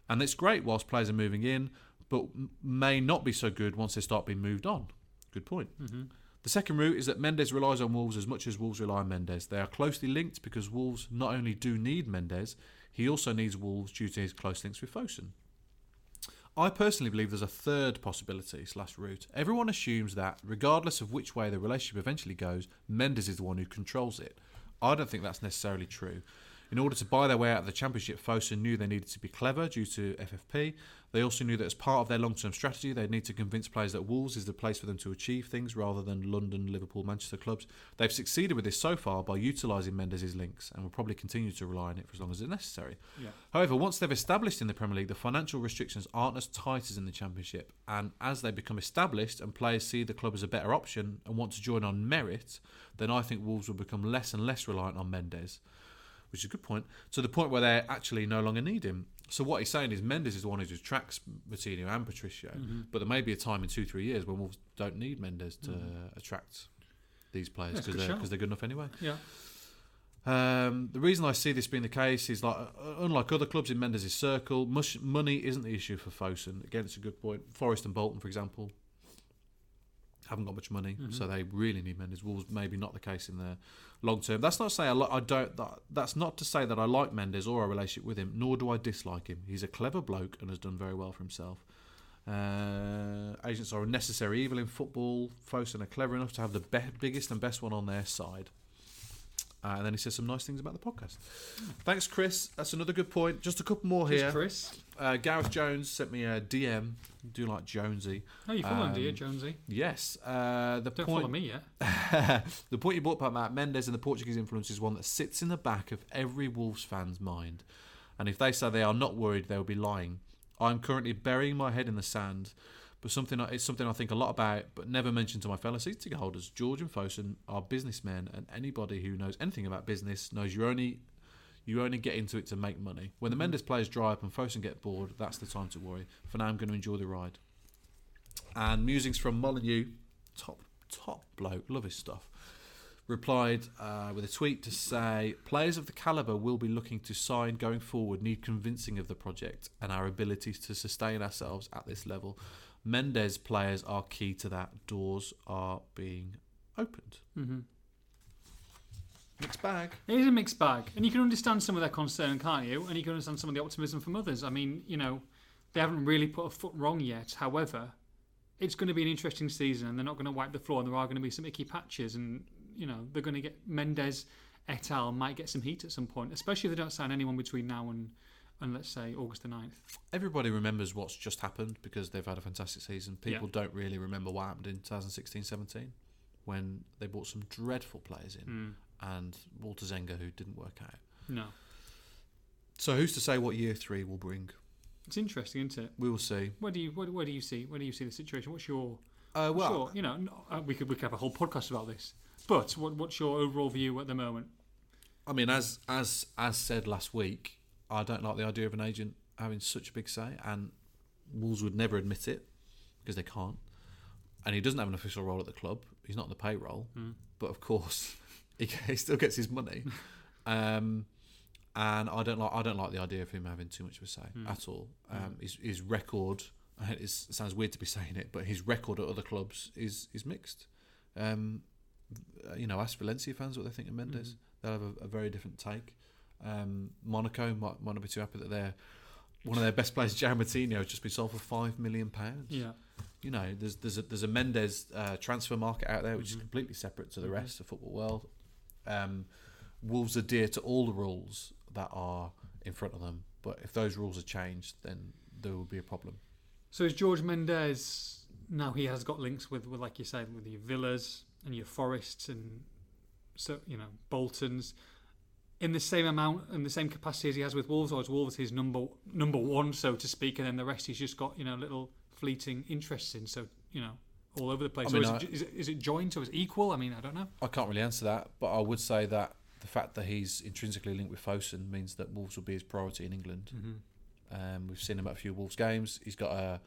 S3: and it's great whilst players are moving in, but m- may not be so good once they start being moved on. Good point.
S2: Mm-hmm.
S3: The second route is that Mendes relies on Wolves as much as Wolves rely on Mendes. They are closely linked because Wolves not only do need Mendes, he also needs Wolves due to his close links with Fosun. I personally believe there's a third possibility slash route. Everyone assumes that, regardless of which way the relationship eventually goes, Mendes is the one who controls it. I don't think that's necessarily true. In order to buy their way out of the championship, Fosun knew they needed to be clever due to FFP. They also knew that as part of their long-term strategy, they'd need to convince players that Wolves is the place for them to achieve things rather than London, Liverpool, Manchester clubs. They've succeeded with this so far by utilising Mendes' links and will probably continue to rely on it for as long as it's necessary.
S2: Yeah.
S3: However, once they've established in the Premier League, the financial restrictions aren't as tight as in the Championship. And as they become established and players see the club as a better option and want to join on merit, then I think Wolves will become less and less reliant on Mendes, which is a good point, to the point where they actually no longer need him. So what he's saying is Mendes is the one who attracts Martino and Patricio,
S2: Mm-hmm.
S3: but there may be a time in two, three years when Wolves don't need Mendes to attract these players
S2: That's Mm. a
S3: because
S2: good
S3: they're,
S2: shout.
S3: 'cause they're good enough anyway.
S2: Yeah.
S3: Um, the reason I see this being the case is like, uh, unlike other clubs in Mendes' circle, mush, money isn't the issue for Fosun. Again, it's a good point. Forest and Bolton, for example, haven't got much money, so
S2: Mm-hmm.
S3: they really need Mendes. Wolves maybe not the case in the long term. That's not to say I, li- I don't. That, that's not to say that I like Mendes or our relationship with him, nor do I dislike him. He's a clever bloke and has done very well for himself. Uh, agents are a necessary evil in football. Fosun are clever enough to have the be- biggest and best one on their side. Uh, and then he says some nice things about the podcast. Thanks, Chris. That's another good point. Just a couple more
S2: Here's
S3: here.
S2: Hmm. Chris.
S3: Uh, Gareth Jones sent me a DM. Do like Jonesy?
S2: Oh, you follow him, do you,
S3: Um,
S2: Jonesy?
S3: Yes. Uh, the
S2: Don't
S3: point.
S2: follow me yet.
S3: the point you brought up about Matt Mendes and the Portuguese influence is one that sits in the back of every Wolves fan's mind. And if they say they are not worried, they will be lying. I'm currently burying my head in the sand, but something I- it's something I think a lot about, but never mention to my fellow seat ticket holders. George and Fosun are businessmen, and anybody who knows anything about business knows you're only You only get into it to make money. When the Mendes players dry up and Fosun get bored, that's the time to worry. For now, I'm going to enjoy the ride. And musings from Molyneux, top top bloke, love his stuff. Replied uh, with a tweet to say, "Players of the caliber will be looking to sign going forward need convincing of the project and our ability to sustain ourselves at this level. Mendes players are key to that. Doors are being opened. Mm-hmm. Mixed bag.
S2: It is a mixed bag, and you can understand some of their concern, can't you? And you can understand some of the optimism from others. I mean, you know, they haven't really put a foot wrong yet. However, it's going to be an interesting season, and they're not going to wipe the floor, and there are going to be some icky patches, and you know, they're going to get Mendes et al. might get some heat at some point, especially if they don't sign anyone between now and and let's say August the 9th.
S3: Everybody remembers what's just happened because they've had a fantastic season. People don't really remember what happened in 2016-17 when they bought some dreadful players in and Walter Zenga who didn't work out.
S2: No,
S3: So who's to say what year three will bring?
S2: it's interesting, isn't it?
S3: We will see.
S2: Where do you where, where do you see where do you see the situation? What's your
S3: Uh, well,
S2: sure, you know, no- uh, we could we could have a whole podcast about this. But what, what's your overall view at the moment?
S3: I mean, as as as said last week, I don't like the idea of an agent having such a big say, and Wolves would never admit it because they can't. And he doesn't have an official role at the club. He's not on the payroll, but of course, he, g- he still gets his money. Um, and I don't like I don't like the idea of him having too much of a say at all. Um, his, his record I- it's- it sounds weird to be saying it, but his record at other clubs is is mixed. Um, uh, you know, ask Valencia fans what they think of Mendes. They'll have a, a very different take. Um, Monaco might, might not be too happy that they're one of their best players, Gian Martino, has just been sold for five million pounds.
S2: Yeah,
S3: You know, there's there's a there's a Mendes uh, transfer market out there which is completely separate to the rest of football world. Um, Wolves adhere to all the rules that are in front of them, but if those rules are changed, then there will be a problem.
S2: So is George Mendes now? He has got links with, with like you say, with your Villas and your Forests and so you know Boltons in the same amount and the same capacity as he has with Wolves, or is Wolves his number number one, so to speak, and then the rest he's just got you know little fleeting interests in, so you know all over the place.
S3: I
S2: or
S3: mean,
S2: is,
S3: I-
S2: it, is, it, is it joined or is it equal? I mean, I don't know.
S3: I can't really answer that, but I would say that the fact that he's intrinsically linked with Fosun means that Wolves will be his priority in England. Um, we've seen him at a few Wolves games. He's got a,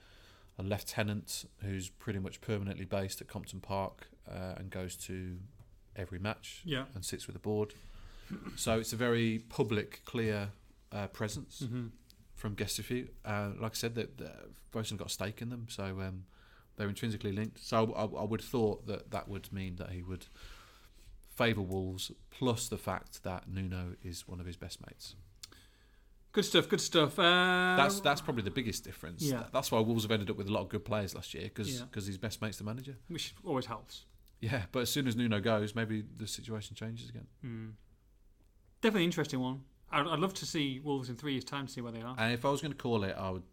S3: a lieutenant who's pretty much permanently based at Compton Park uh, and goes to every match
S2: Yeah.
S3: and sits with the board. So it's a very public, clear uh, presence from Getafe. Uh, like I said, that that Fosun got a stake in them, so um, they're intrinsically linked. So I, I would thought that that would mean that he would favour Wolves, plus the fact that Nuno is one of his best mates.
S2: Good stuff. Good stuff. Uh,
S3: That's that's probably the biggest difference.
S2: Yeah.
S3: That's why Wolves have ended up with a lot of good players last year because
S2: Yeah.
S3: his best mate's the manager.
S2: which always helps.
S3: Yeah, but as soon as Nuno goes, maybe the situation changes again.
S2: Definitely an interesting one. I'd, I'd love to see Wolves in three years' time, see where they are.
S3: And if I was going to call it, I would.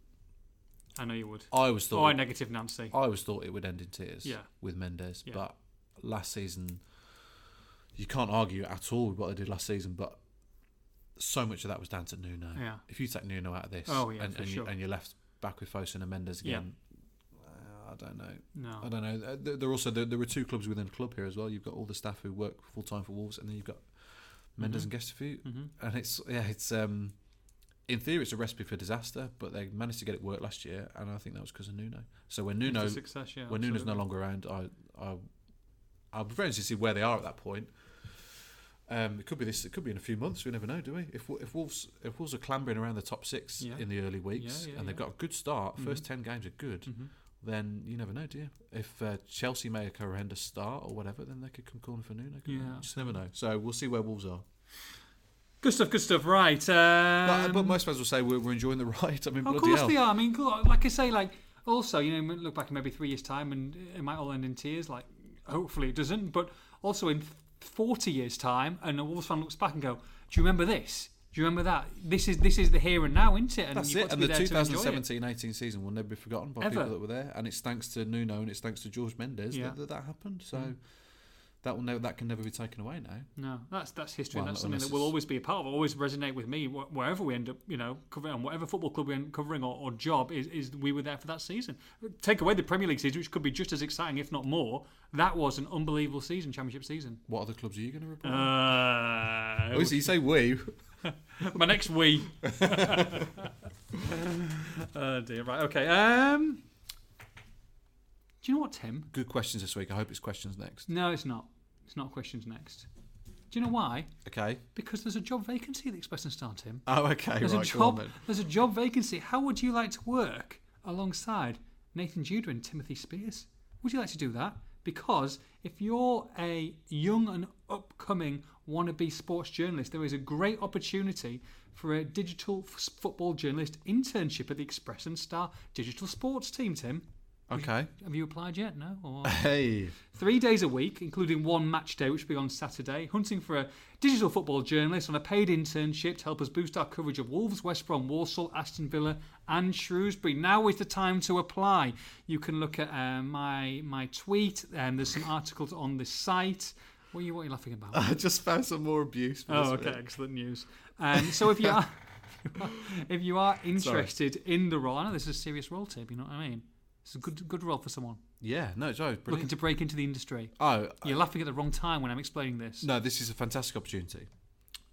S2: I know you would.
S3: I always
S2: Oh,
S3: thought
S2: I negative Nancy.
S3: I always thought it would end in tears
S2: Yeah.
S3: with Mendes,
S2: Yeah.
S3: but last season you can't argue at all with what they did last season. But so much of that was down to Nuno.
S2: Yeah.
S3: If you take Nuno out of this,
S2: Oh, yeah,
S3: and,
S2: for
S3: and,
S2: sure.
S3: you, and you're left back with Fosun and Mendes again, uh, I don't know.
S2: No.
S3: I don't know. Uh, There, there also there, there were two clubs within the club here as well. You've got all the staff who work full time for Wolves, and then you've got Mendes
S2: Mm-hmm.
S3: and Getafe, and it's yeah, it's um, in theory it's a recipe for disaster. But they managed to get it worked last year, and I think that was because of Nuno. So when
S2: It's a
S3: Nuno
S2: success, yeah,
S3: when Nuno's no
S2: absolutely.
S3: longer around, I I I'll be very interested to see where they are at that point. Um, it could be this. It could be in a few months. We never know, do we? If Wo- if Wolves if Wolves are clambering around the top six
S2: Yeah.
S3: in the early weeks
S2: yeah,
S3: and they've
S2: yeah. Mm-hmm.
S3: got a good start, 1st ten games are good. Then you never know, do you? If uh, Chelsea make a horrendous start or whatever, then they could come calling for Nuno. couldn't they?
S2: Yeah.
S3: you just never know. So we'll see where Wolves are.
S2: Good stuff, good stuff. Right. Um,
S3: But, but most fans will say we're, we're enjoying the ride. I mean,
S2: of
S3: bloody
S2: course
S3: hell.
S2: they are. I mean, look, like I say, like also, you know, we look back in maybe three years' time, and it might all end in tears. Like, hopefully it doesn't. But also in forty years' time, and a Wolves fan looks back and go, "Do you remember this? Do you remember that? This is this is the here and now, isn't it?" And
S3: That's
S2: you've got
S3: it.
S2: to
S3: And
S2: be
S3: the
S2: there to enjoy it.
S3: 2017-18 season will never be forgotten by
S2: Ever.
S3: people that were there. And it's thanks to Nuno and it's thanks to George Mendes
S2: Yeah. Mm.
S3: that, that that happened. So that will never that can never be taken away now.
S2: No, that's that's history.
S3: Well,
S2: and that's
S3: not
S2: something that
S3: unless
S2: will
S3: it's-
S2: always be a part of. Will always resonate with me wh- wherever we end up. You know, covering on whatever football club we end up covering or, or job is, is we were there for that season. Take away the Premier League season, which could be just as exciting, if not more. That was an unbelievable season, Championship season.
S3: What other clubs are Oh, you going to report?
S2: Uh,
S3: Obviously, you say we.
S2: My next we. oh dear. Right. Okay. Um. Do you know what, Tim?
S3: Good questions this week. I hope it's questions next.
S2: No, it's not. It's not questions next. Do you know why?
S3: Okay.
S2: Because there's a job vacancy at the Express and Star, Tim.
S3: Oh, okay.
S2: There's
S3: right.
S2: a
S3: go on
S2: job.
S3: then.
S2: There's a job vacancy. How would you like to work alongside Nathan Judah and Timothy Spears? Would you like to do that? Because if you're a young and upcoming wannabe sports journalist, there is a great opportunity for a digital f- football journalist internship at the Express and Star digital sports team. Tim,
S3: Okay.
S2: have you applied yet? No. Or?
S3: Hey.
S2: Three days a week, including one match day, which will be on Saturday, hunting for a digital football journalist on a paid internship to help us boost our coverage of Wolves, West Brom, Walsall, Aston Villa, and Shrewsbury. Now is the time to apply. You can look at uh, my my tweet, um, there's some articles on the site. What are you, what are you laughing about?
S3: I just found some more abuse. For
S2: Oh,
S3: this
S2: okay,
S3: Week.
S2: excellent news. Um, so if you are if you are interested in the role, I know this is a serious role, Tib. You know what I mean? It's a good good role for someone
S3: Yeah. No, Joe.
S2: looking
S3: Brilliant.
S2: to break into the industry.
S3: Oh.
S2: You're laughing at the wrong time when I'm explaining this.
S3: No, this is a fantastic opportunity.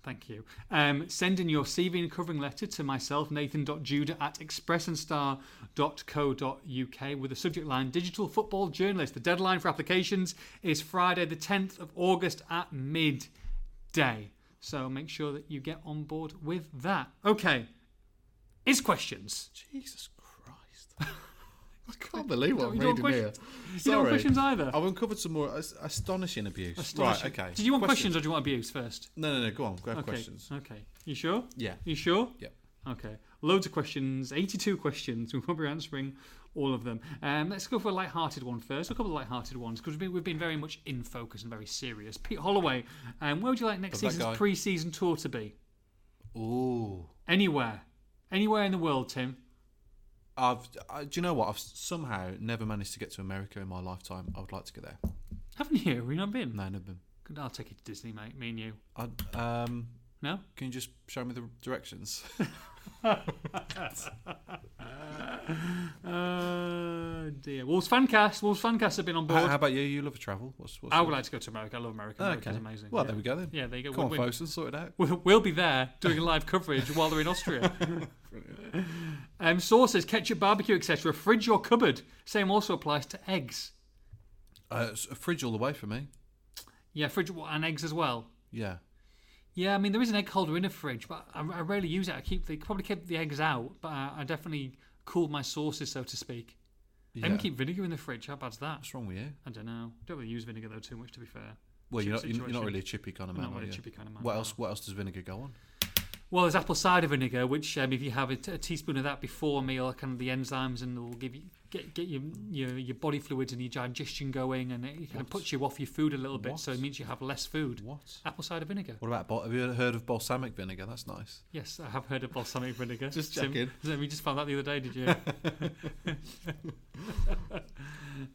S2: Thank you. Um, send in your CV and covering letter to myself, nathan.judah at expressandstar.co.uk with the subject line Digital Football Journalist. The deadline for applications is Friday, the 10th of August at midday. So make sure that you get on board with that. Okay. Is questions.
S3: Jesus Christ. I can't believe what I'm
S2: You don't
S3: reading
S2: question-
S3: here.
S2: You don't
S3: Sorry.
S2: want questions either.
S3: I've uncovered some more as- astonishing abuse.
S2: Astonishing.
S3: Right, okay.
S2: Did you want questions, or do you want abuse first?
S3: No, no, no. Go on. Go have
S2: Okay.
S3: questions.
S2: Okay. You sure?
S3: Yeah.
S2: You sure?
S3: Yep.
S2: Okay. Loads of questions, 82 questions. We won't be answering all of them. Um, let's go for a light-hearted one first. A couple of light-hearted ones because we've been, we've been very much in focus and very serious. Pete Holloway, um, where would you like next
S3: Love that
S2: season's
S3: guy.
S2: pre-season tour to be?
S3: Ooh.
S2: Anywhere, anywhere in the world, Tim.
S3: I've. I, do you know what? I've somehow never managed to get to America in my lifetime. I would like to get there.
S2: Haven't you? Have you not been?
S3: No, never been.
S2: Good, I'll take you to Disney, mate. Me and you.
S3: I'd, um,
S2: No.
S3: can you just show me the directions?
S2: Uh, dear. Wolves fancast. Wolves fancast have been on board.
S3: How, how about you? You love travel. What's what's
S2: I
S3: your-
S2: would like to go to America. I love America.
S3: Oh,
S2: America's amazing.
S3: Well,
S2: yeah.
S3: there we go then.
S2: Yeah, there you go.
S3: Come
S2: Win-win.
S3: on, folks, and sort it out.
S2: We'll, we'll be there doing live coverage while they're in Austria. um, sauces, ketchup, barbecue, etc. Fridge or cupboard. Same also applies to eggs.
S3: Uh, it's a fridge all the way for me.
S2: Yeah, fridge and eggs as well.
S3: Yeah.
S2: Yeah, I mean there is an egg holder in a fridge, but I, I rarely use it. I keep the probably keep the eggs out, but I, I definitely cool my sauces, so to speak. I
S3: Yeah.
S2: even keep vinegar in the fridge. How bad's that?
S3: What's wrong with you?
S2: I don't know. Don't really use vinegar though too much, to be fair.
S3: Well, you're not,
S2: Chip
S3: you're not- you're not
S2: situation.
S3: really a chippy kind of
S2: I'm
S3: man.
S2: not really
S3: are
S2: a
S3: you?
S2: chippy kind of man,
S3: What
S2: no.
S3: else? What else does vinegar go on?
S2: Well, there's apple cider vinegar, which um, if you have a, t- a teaspoon of that before a meal, kind of the enzymes and it will give you get get your your, your body fluids and your digestion going, and it kind of puts you off your food a little bit, so it means you have less food.
S3: What?
S2: Apple cider vinegar.
S3: What about? bal- Have you heard of balsamic vinegar? That's nice.
S2: Yes, I have heard of balsamic vinegar.
S3: Just
S2: Tim-
S3: checking.
S2: Tim, you just found that the other day, did you?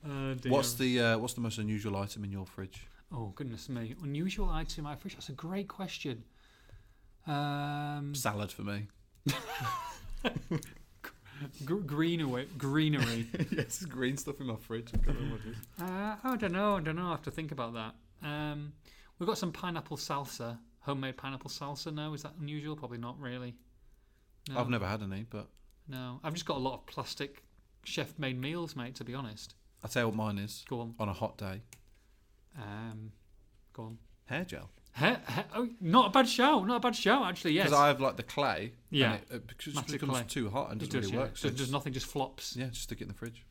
S2: Oh, dear.
S3: What's the uh, What's the most unusual item in your fridge?
S2: Oh goodness me! Unusual item. I fridge. That's a great question. Um,
S3: Salad for me.
S2: gr- greenery. Greenery.
S3: yes, green stuff in my fridge.
S2: Uh, I don't know. I don't know. I have to think about that. Um, we've got some pineapple salsa, homemade pineapple salsa. Now is that unusual? Probably not really. No,
S3: I've never had any, but
S2: no. I've just got a lot of plastic chef-made meals, mate. To be honest,
S3: I tell you what mine is.
S2: go on.
S3: On a hot day,
S2: Um, go on.
S3: hair gel.
S2: He- he- oh, not a bad show. Not a bad show, actually. Yes.
S3: Because I have like the clay.
S2: Yeah.
S3: And it, it, because it
S2: Matte
S3: becomes
S2: clay.
S3: too hot and
S2: it
S3: doesn't
S2: does.
S3: really
S2: yeah.
S3: work.
S2: Does-
S3: So
S2: does Hmm.
S3: just-
S2: nothing just flops.
S3: yeah, just stick it in the fridge.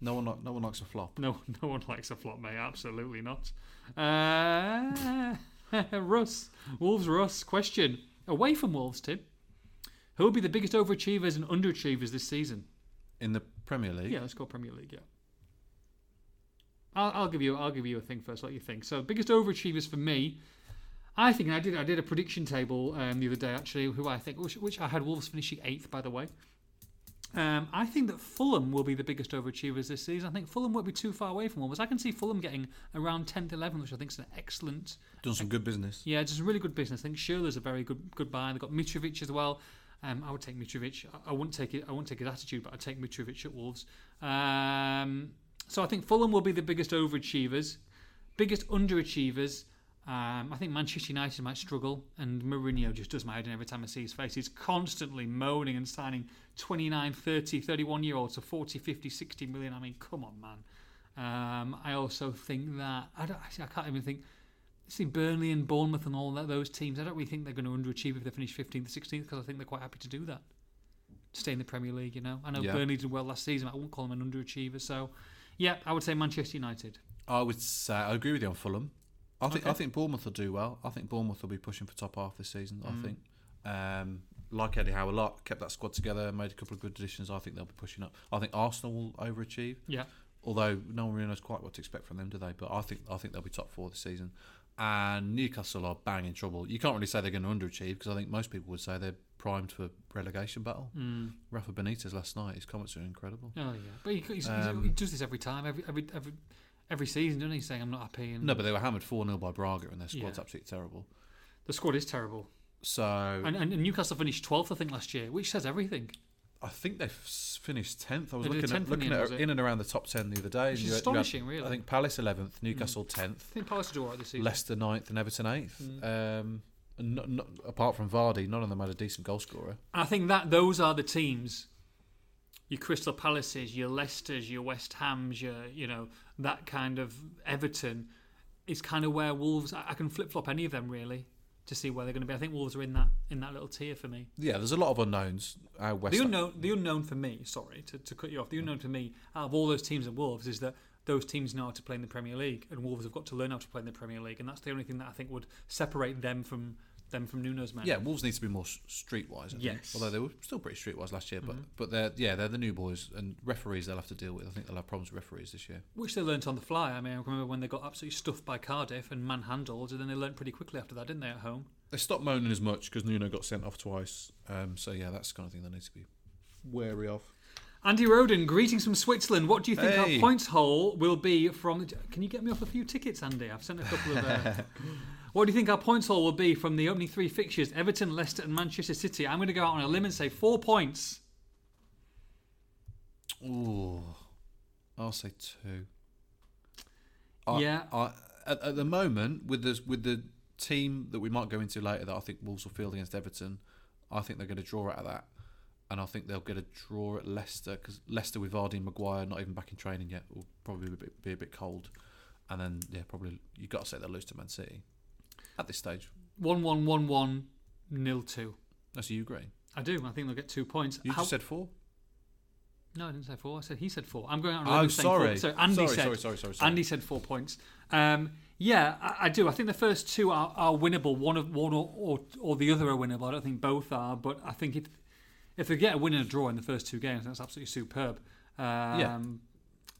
S3: No one, li- no one likes a flop.
S2: No, no one likes a flop, mate. Absolutely not. Uh, Russ, Wolves. Russ, question away from Wolves, Tim. Who will be the biggest overachievers and underachievers this season?
S3: In the Premier League,
S2: Yeah, let's go Premier League. Yeah, I'll, I'll give you. I'll give you a thing first. Let you think. So, biggest overachievers for me, I think. And I did. I did a prediction table um, the other day actually. Who I think, which, which I had Wolves finishing eighth, by the way. Um, I think that Fulham will be the biggest overachievers this season. I think Fulham won't be too far away from Wolves. I can see Fulham getting around 10th, 11th, which I think is an excellent
S3: done some good business.
S2: yeah, just a really good business. I think Schürrle's a very good good buy. They've got Mitrovic as well. Um, I would take Mitrovic. I, I wouldn't take it. I wouldn't take his attitude, but I'd take Mitrovic at Wolves. Um, so I think Fulham will be the biggest overachievers, biggest underachievers. Um, I think Manchester United might struggle, and Mourinho just does my head in every time I see his face. He's constantly moaning and signing 29, 30, 31 year olds to 40, 50, 60 million. I mean, come on, man. Um, I also think that, I, don't, actually, I can't even think, see Burnley and Bournemouth and all that, those teams, I don't really think they're going to underachieve if they finish 15th, 16th, because I think they're quite happy to do that. Stay in the Premier League, you know. I know
S3: Yeah.
S2: Burnley did well last season, but I wouldn't call them an underachiever. So, yeah, I would say Manchester United.
S3: I would say I agree with you on Fulham. I think I think Bournemouth will do well. I think Bournemouth will be pushing for top half this season. I think, um, like Eddie Howe a lot, kept that squad together, made a couple of good additions. I think they'll be pushing up. I think Arsenal will overachieve.
S2: Yeah.
S3: Although no one really knows quite what to expect from them, do they? But I think I think they'll be top four this season. And Newcastle are bang in trouble. You can't really say they're going to underachieve because I think most people would say they're primed for relegation battle. Rafa Benitez last night, his comments are incredible.
S2: Oh yeah, but he, he's, he's, he does this every time, every every every every season, doesn't he? Saying I'm not happy, and
S3: No, but they were hammered 4 0 by Braga and their squad's
S2: Yeah.
S3: absolutely terrible.
S2: the squad is terrible.
S3: So
S2: And, and, and Newcastle finished 12th, I think, last year, which says everything.
S3: I think they f- finished tenth. I was
S2: They did
S3: looking at
S2: 10th in the
S3: looking
S2: end,
S3: at
S2: was it?
S3: in and around the top ten the other day.
S2: Which
S3: and
S2: is
S3: you had- you had-
S2: astonishing, really. Hmm.
S3: I think Palace eleventh, Newcastle tenth,
S2: I think Palace will do all right this season.
S3: Leicester ninth, and Everton eighth.
S2: Hmm.
S3: Um, and not, not, apart from Vardy, none of them had a decent goal scorer.
S2: And I think that those are the teams. Your Crystal Palaces, your Leicesters, your West Hams, your you know that kind of Everton is kind of where Wolves. I, I can flip flop any of them really to see where they're going to be. I think Wolves are in that in that little tier for me.
S3: Yeah, there's a lot of unknowns. How West
S2: The unknown, the unknown for me, sorry to, to cut you off. The unknown for me out of all those teams at Wolves is that those teams know how to play in the Premier League, and Wolves have got to learn how to play in the Premier League, and that's the only thing that I think would separate them from them from Nuno's men.
S3: yeah, Wolves need to be more s- streetwise. I think.
S2: Yes. Mm-hmm.
S3: although they were still pretty streetwise last year, but but they're yeah they're the new boys and referees they'll have to deal with. I think they'll have problems with referees this year.
S2: which they learnt on the fly. I mean, I remember when they got absolutely stuffed by Cardiff and manhandled, and then they learnt pretty quickly after that, didn't they? At home,
S3: They stopped moaning as much because Nuno got sent off twice. Um, so yeah, that's the kind of thing they need to be wary of.
S2: Andy Roden, greetings from Switzerland. What do you think
S3: Hey.
S2: our points haul will be from? Can you get me off a few tickets, Andy? I've sent a couple of. Uh, what do you think our points haul will be from the opening three fixtures: Everton, Leicester, and Manchester City? I'm going to go out on a limb and say four points.
S3: Ooh, I'll say two. Uh,
S2: Yeah.
S3: I, at, at the moment, with the with the team that we might go into later, that I think Wolves will field against Everton, I think they're going to draw out of that, and I think they'll get a draw at Leicester because Leicester with Vardy and Maguire not even back in training yet will probably be a bit, be a bit cold, and then yeah, probably you got to say they'll lose to Man City at this stage.
S2: One one one one nil two.
S3: That's you agree.
S2: I do. I think they'll get two points.
S3: You
S2: How-
S3: just said four.
S2: No, I didn't say four. I said he said four. I'm going out on a
S3: Oh,
S2: limb saying four.
S3: sorry.
S2: So Andy
S3: Sorry,
S2: said.
S3: sorry, sorry, sorry, sorry.
S2: Andy said four points. Um, yeah, I, I do. I think the first two are, are winnable. One of one or, or or the other are winnable. I don't think both are, but I think if if they get a win and a draw in the first two games, that's absolutely superb. Um,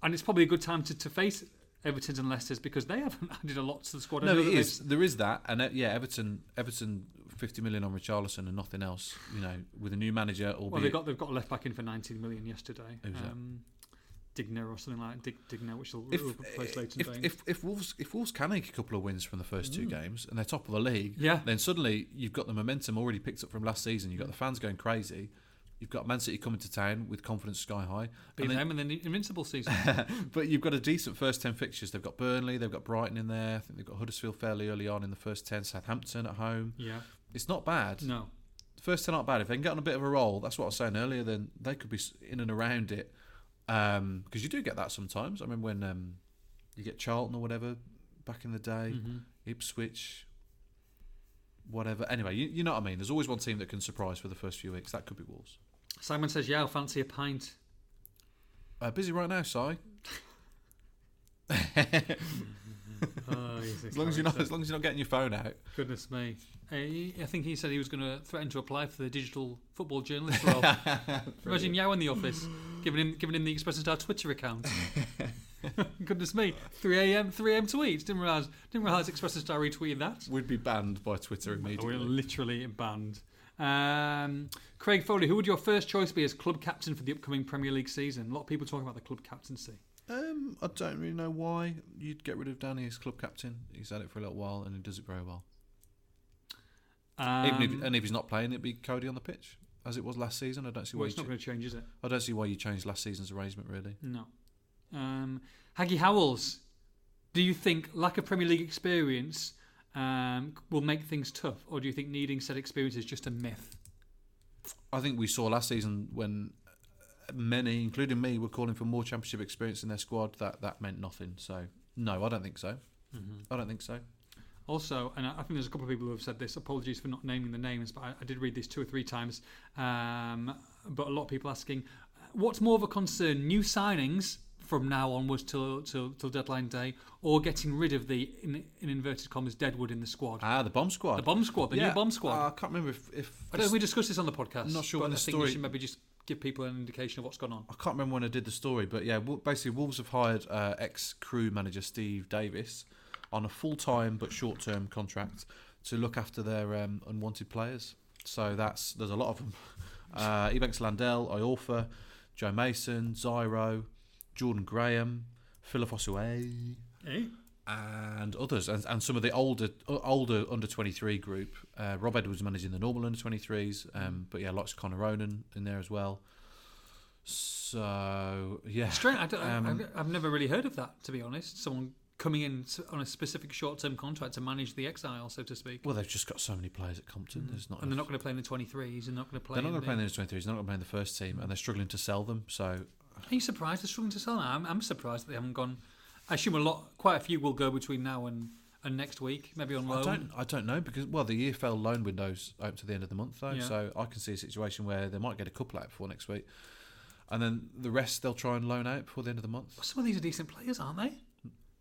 S2: And it's probably a good time to, to face Everton and Leicester's because they haven't added a lot to the squad. I
S3: No,
S2: know
S3: it
S2: that they've-
S3: is. There is that, and uh, yeah, Everton, Everton, fifty million on Richarlison and nothing else. You know, with a new manager, albeit
S2: Well, they got they've got a left back in for 19 million yesterday.
S3: Who's that?
S2: um, Digner or something like Dig, Digner, which will
S3: if,
S2: replace Leighton
S3: if,
S2: Baines.
S3: if, if Wolves if Wolves can make a couple of wins from the first two games and they're top of the league,
S2: Yeah.
S3: then suddenly you've got the momentum already picked up from last season. You've got the fans going crazy. You've got Man City coming to town with confidence sky high.
S2: Beat
S3: And then-
S2: them and then the Invincible season.
S3: but you've got a decent first 10 fixtures. They've got Burnley, they've got Brighton in there. I think they've got Huddersfield fairly early on in the first 10, Southampton at home.
S2: yeah.
S3: It's not bad.
S2: No.
S3: The first 10 aren't bad. If they can get on a bit of a roll, that's what I was saying earlier, then they could be s- in and around it. Because you do get that sometimes. I mean, when um, you get Charlton or whatever back in the day,
S2: Mm-hmm.
S3: Ipswich, whatever. Anyway, you, you know what I mean. There's always one team that can surprise for the first few weeks. That could be Wolves.
S2: Simon says, "Yeah, I'll fancy a pint."
S3: Uh, busy right now, Si.
S2: Oh, he's a
S3: As long as you're not,
S2: character.
S3: as long as you're not getting your phone out.
S2: Goodness me! Uh, he- I think he said he was going to threaten to apply for the digital football journalist role. Imagine Yao in the office, giving him giving him the Express Star Twitter account. Goodness me! 3 a.m. 3 a.m. tweets. Didn't realize didn't realize Express Star retweeted that. Oh,
S3: We'd be banned by Twitter
S2: We're
S3: immediately.
S2: literally banned. Um, Craig Foley, who would your first choice be as club captain for the upcoming Premier League season? A lot of people talking about the club captaincy.
S3: Um, I don't really know why you'd get rid of Danny as club captain. He's had it for a little while and he does it very well.
S2: Um,
S3: Even if, and if he's not playing, it'd be Cody on the pitch, as it was last season. I don't see why.
S2: well,
S3: You
S2: it's not
S3: cha-
S2: going to change, is it?
S3: I don't see why you changed last season's arrangement. Really,
S2: No. Um, Haggy Howells, do you think lack of Premier League experience um, will make things tough, or do you think needing said experience is just a myth?
S3: I think we saw last season when many, including me, were calling for more championship experience in their squad. That that meant nothing. So no, I don't think so.
S2: Mm-hmm.
S3: I don't think so.
S2: Also, and I I think there's a couple of people who have said this. Apologies for not naming the names, but I, I did read this two or three times. Um, but a lot of people asking, what's more of a concern: new signings from now onwards till till, till deadline day, or getting rid of the in, in inverted commas deadwood in the squad,
S3: Ah, the bomb squad.
S2: the bomb squad, the new bomb squad?
S3: Uh, I can't remember if, if
S2: I don't. think We discussed this on the podcast.
S3: Not sure
S2: but
S3: when the
S2: I think
S3: story-
S2: we should maybe just give people an indication of what's gone on.
S3: I can't remember when I did the story, but yeah, Wol- basically Wolves have hired uh, ex-crew manager Steve Davis on a full-time but short-term contract to look after their um, unwanted players. So that's there's a lot of them. Uh, Ebanks Landell, Iorfa, Joe Mason, Zyro, Jordan Graham, Philip Osue, and others, and, and some of the older o- older under twenty three group. Uh, Rob Edwards managing the normal under twenty threes, um, but yeah, lots of Connor Ronan in there as well. So yeah,
S2: Strange. I don't,
S3: Um,
S2: I've, I've never really heard of that, to be honest. Someone coming in s- on a specific short-term contract to manage the exile, so to speak,
S3: well, they've just got so many players at Compton. There's not
S2: and they're
S3: enough-
S2: not going to play in the 23s, and not going to play.
S3: they're not going
S2: in
S3: to play in
S2: the-
S3: the under twenty threes. They're not going to play in the first team, and they're struggling to sell them. So
S2: Are you surprised they're struggling to sell? now? I'm, I'm surprised that they haven't gone. I assume a lot, quite a few will go between now and, and next week, maybe on loan.
S3: I don't, I don't know because well, the EFL loan window's open to the end of the month though,
S2: Yeah.
S3: so I can see a situation where they might get a couple out before next week, and then the rest they'll try and loan out before the end of the month.
S2: Some of these are decent players, aren't they?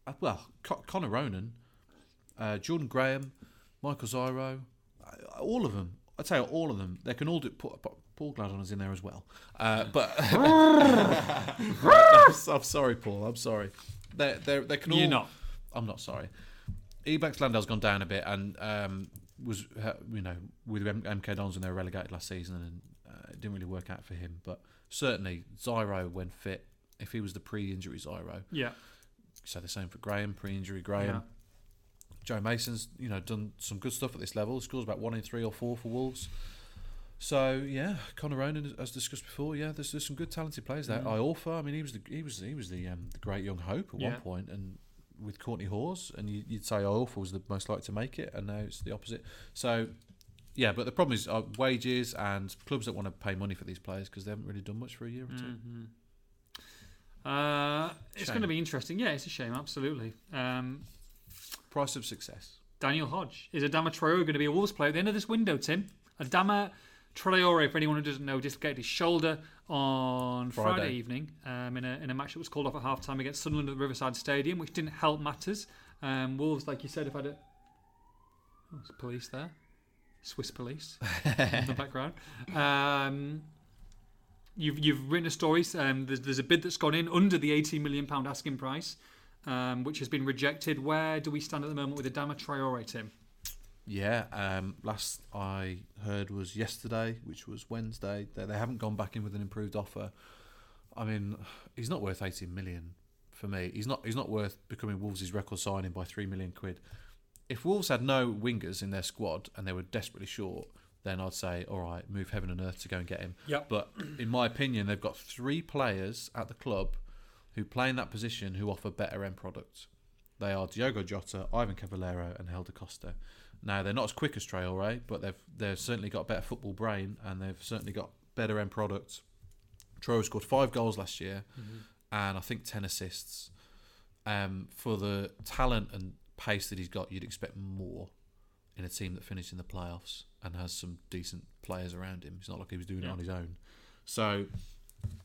S3: Uh, well, Co- Connor Ronan, uh, Jordan Graham, Michael Zyro, uh, all of them. I tell you, all of them. They can all do. Paul, Paul Gladon is in there as well. Uh, but I'm sorry, Paul. I'm sorry. They they they can all.
S2: You're not.
S3: I'm not sorry. Ebanks Landell's gone down a bit and um, was uh, you know with M- MK Dons when they were relegated last season and uh, it didn't really work out for him. But certainly Zyro when fit, if he was the pre-injury Zyro,
S2: Yeah.
S3: so the same for Graham, pre-injury Graham. Joe Mason's, you know, done some good stuff at this level. Scores about one in three or four for Wolves. So yeah, Conor Ronan, as discussed before, yeah, there's, there's some good talented players there. Iorfa, I mean, he was the he was he was the um, the great young hope at
S2: Yeah.
S3: one point, and with Courtney Hawes, and you, you'd say Iorfa was the most likely to make it, and now it's the opposite. So yeah, but the problem is uh, wages and clubs don't want to pay money for these players because they haven't really done much for a year or two.
S2: Uh, it's
S3: Shame.
S2: going to be interesting. Yeah, it's a shame. Absolutely. Um,
S3: Price of success.
S2: Daniel Hodge. Is Adama Traore going to be a Wolves player at the end of this window, Tim? Adama Traore, for anyone who doesn't know, dislocated his shoulder on Friday,
S3: Friday.
S2: evening um, in, a, in a match that was called off at half time against Sunderland at the Riverside Stadium, which didn't help matters. Um, Wolves, like you said, have had a. Oh, there's police there. Swiss police in the background. Um, you've you've written a story. Um, there's, there's a bid that's gone in under the 18 million pound asking price, um, which has been rejected. Where do we stand at the moment with Adama Traore, Tim?
S3: Yeah, um, last I heard was yesterday, which was Wednesday. They, they haven't gone back in with an improved offer. I mean, he's not worth 18 million for me. He's not. He's not worth becoming Wolves' record signing by three million quid. If Wolves had no wingers in their squad and they were desperately short, then I'd say, all right, move heaven and earth to go and get him.
S2: Yep.
S3: But in my opinion, they've got three players at the club who play in that position who offer better end products. They are Diogo Jota, Ivan Cavallero, and Helder Costa. Now they're not as quick as Traore, but they've they've certainly got better football brain and they've certainly got better end products. Traore scored five goals last year, and I think ten assists. Um, for the talent and pace that he's got, you'd expect more in a team that finished in the playoffs and has some decent players around him. It's not like he was doing it on his own. So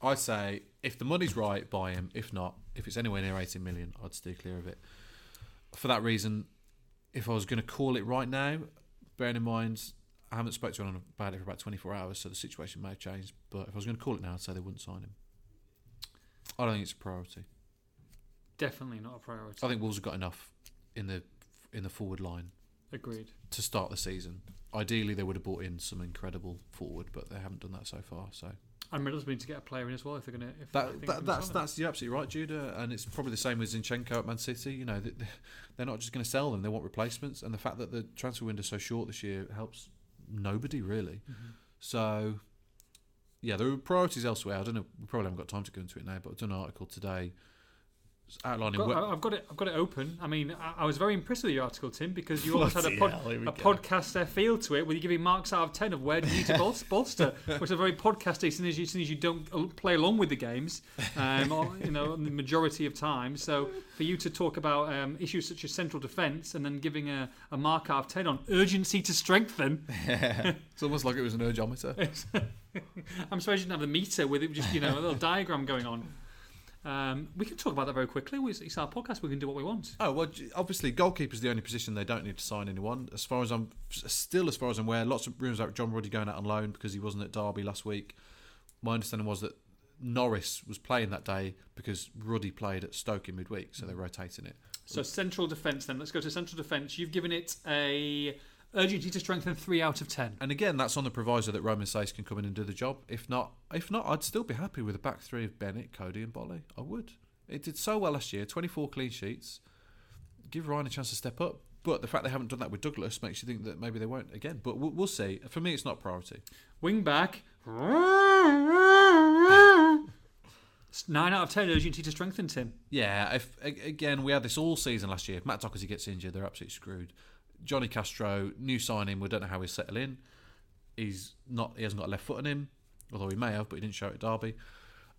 S3: I say, if the money's right, buy him. If not, if it's anywhere near 18 million, I'd steer clear of it. For that reason, if I was going to call it right now, bearing in mind I haven't spoken to anyone about it for about 24 hours, so the situation may have changed. But if I was going to call it now, I'd say they wouldn't sign him. I don't think it's a priority.
S2: Definitely not a priority.
S3: I think Wolves have got enough in the in the forward line
S2: Agreed.
S3: to start the season. Ideally, they would have brought in some incredible forward, but they haven't done that so far. So
S2: And Middlesbrough need to get a player in as well if they're going to. If I
S3: that,
S2: think
S3: that
S2: they're gonna
S3: that's
S2: sign him.
S3: that's you're absolutely right, Judah. And it's probably the same with Zinchenko at Man City. You know, that- they're not just going to sell them; they want replacements. And the fact that the transfer window's so short this year helps nobody really. So, yeah, there are priorities elsewhere. I don't know. We probably haven't got time to go into it now, but I've done an article today outlining
S2: Got-
S3: where-
S2: I- I've got it. I've got it open. I mean, I, I was very impressed with your article, Tim, because you almost had a,
S3: Bloody
S2: pod,
S3: hell, here we
S2: a
S3: go.
S2: podcast uh, feel to it, where you're giving marks out of ten of where do you need to bolster, bolster which are very podcasty. As soon as you, as soon as you don't al- play along with the games, um, or, you know, the majority of time. So for you to talk about um, issues such as central defence and then giving a, a mark out of ten on urgency to strengthen,
S3: It's almost like it was an ergometer.
S2: I'm surprised you didn't have the meter with it, just you know, a little diagram going on. Um, we can talk about that very quickly. It's, it's our podcast. We can do what we want.
S3: oh well, g- obviously goalkeeper's the only position they don't need to sign anyone. As far as I'm still, as far as I'm aware, lots of rumours about John Roddy going out on loan because he wasn't at Derby last week. My understanding was that Norris was playing that day because Ruddy played at Stoke in midweek, so they're rotating it.
S2: So central defence then. Let's go to central defence. You've given it a urgency to strengthen three out of ten.
S3: And again, that's on the proviso that Roman Sace can come in and do the job. If not, if not, I'd still be happy with a back three of Bennett, Cody, and Bolly. I would. It did so well last year, 24 clean sheets. Give Ryan a chance to step up. But the fact they haven't done that with Douglas makes you think that maybe they won't again. But we'll, we'll see. For me, it's not a priority.
S2: Wing back. Nine out of ten urgency to strengthen Tim.
S3: Yeah, if a- again we had this all season last year. If Matt Doherty gets injured, they're absolutely screwed. Johnny Castro, new signing, we don't know how he's settled in. He's not. He hasn't got a left foot in him, although he may have, but he didn't show it at Derby.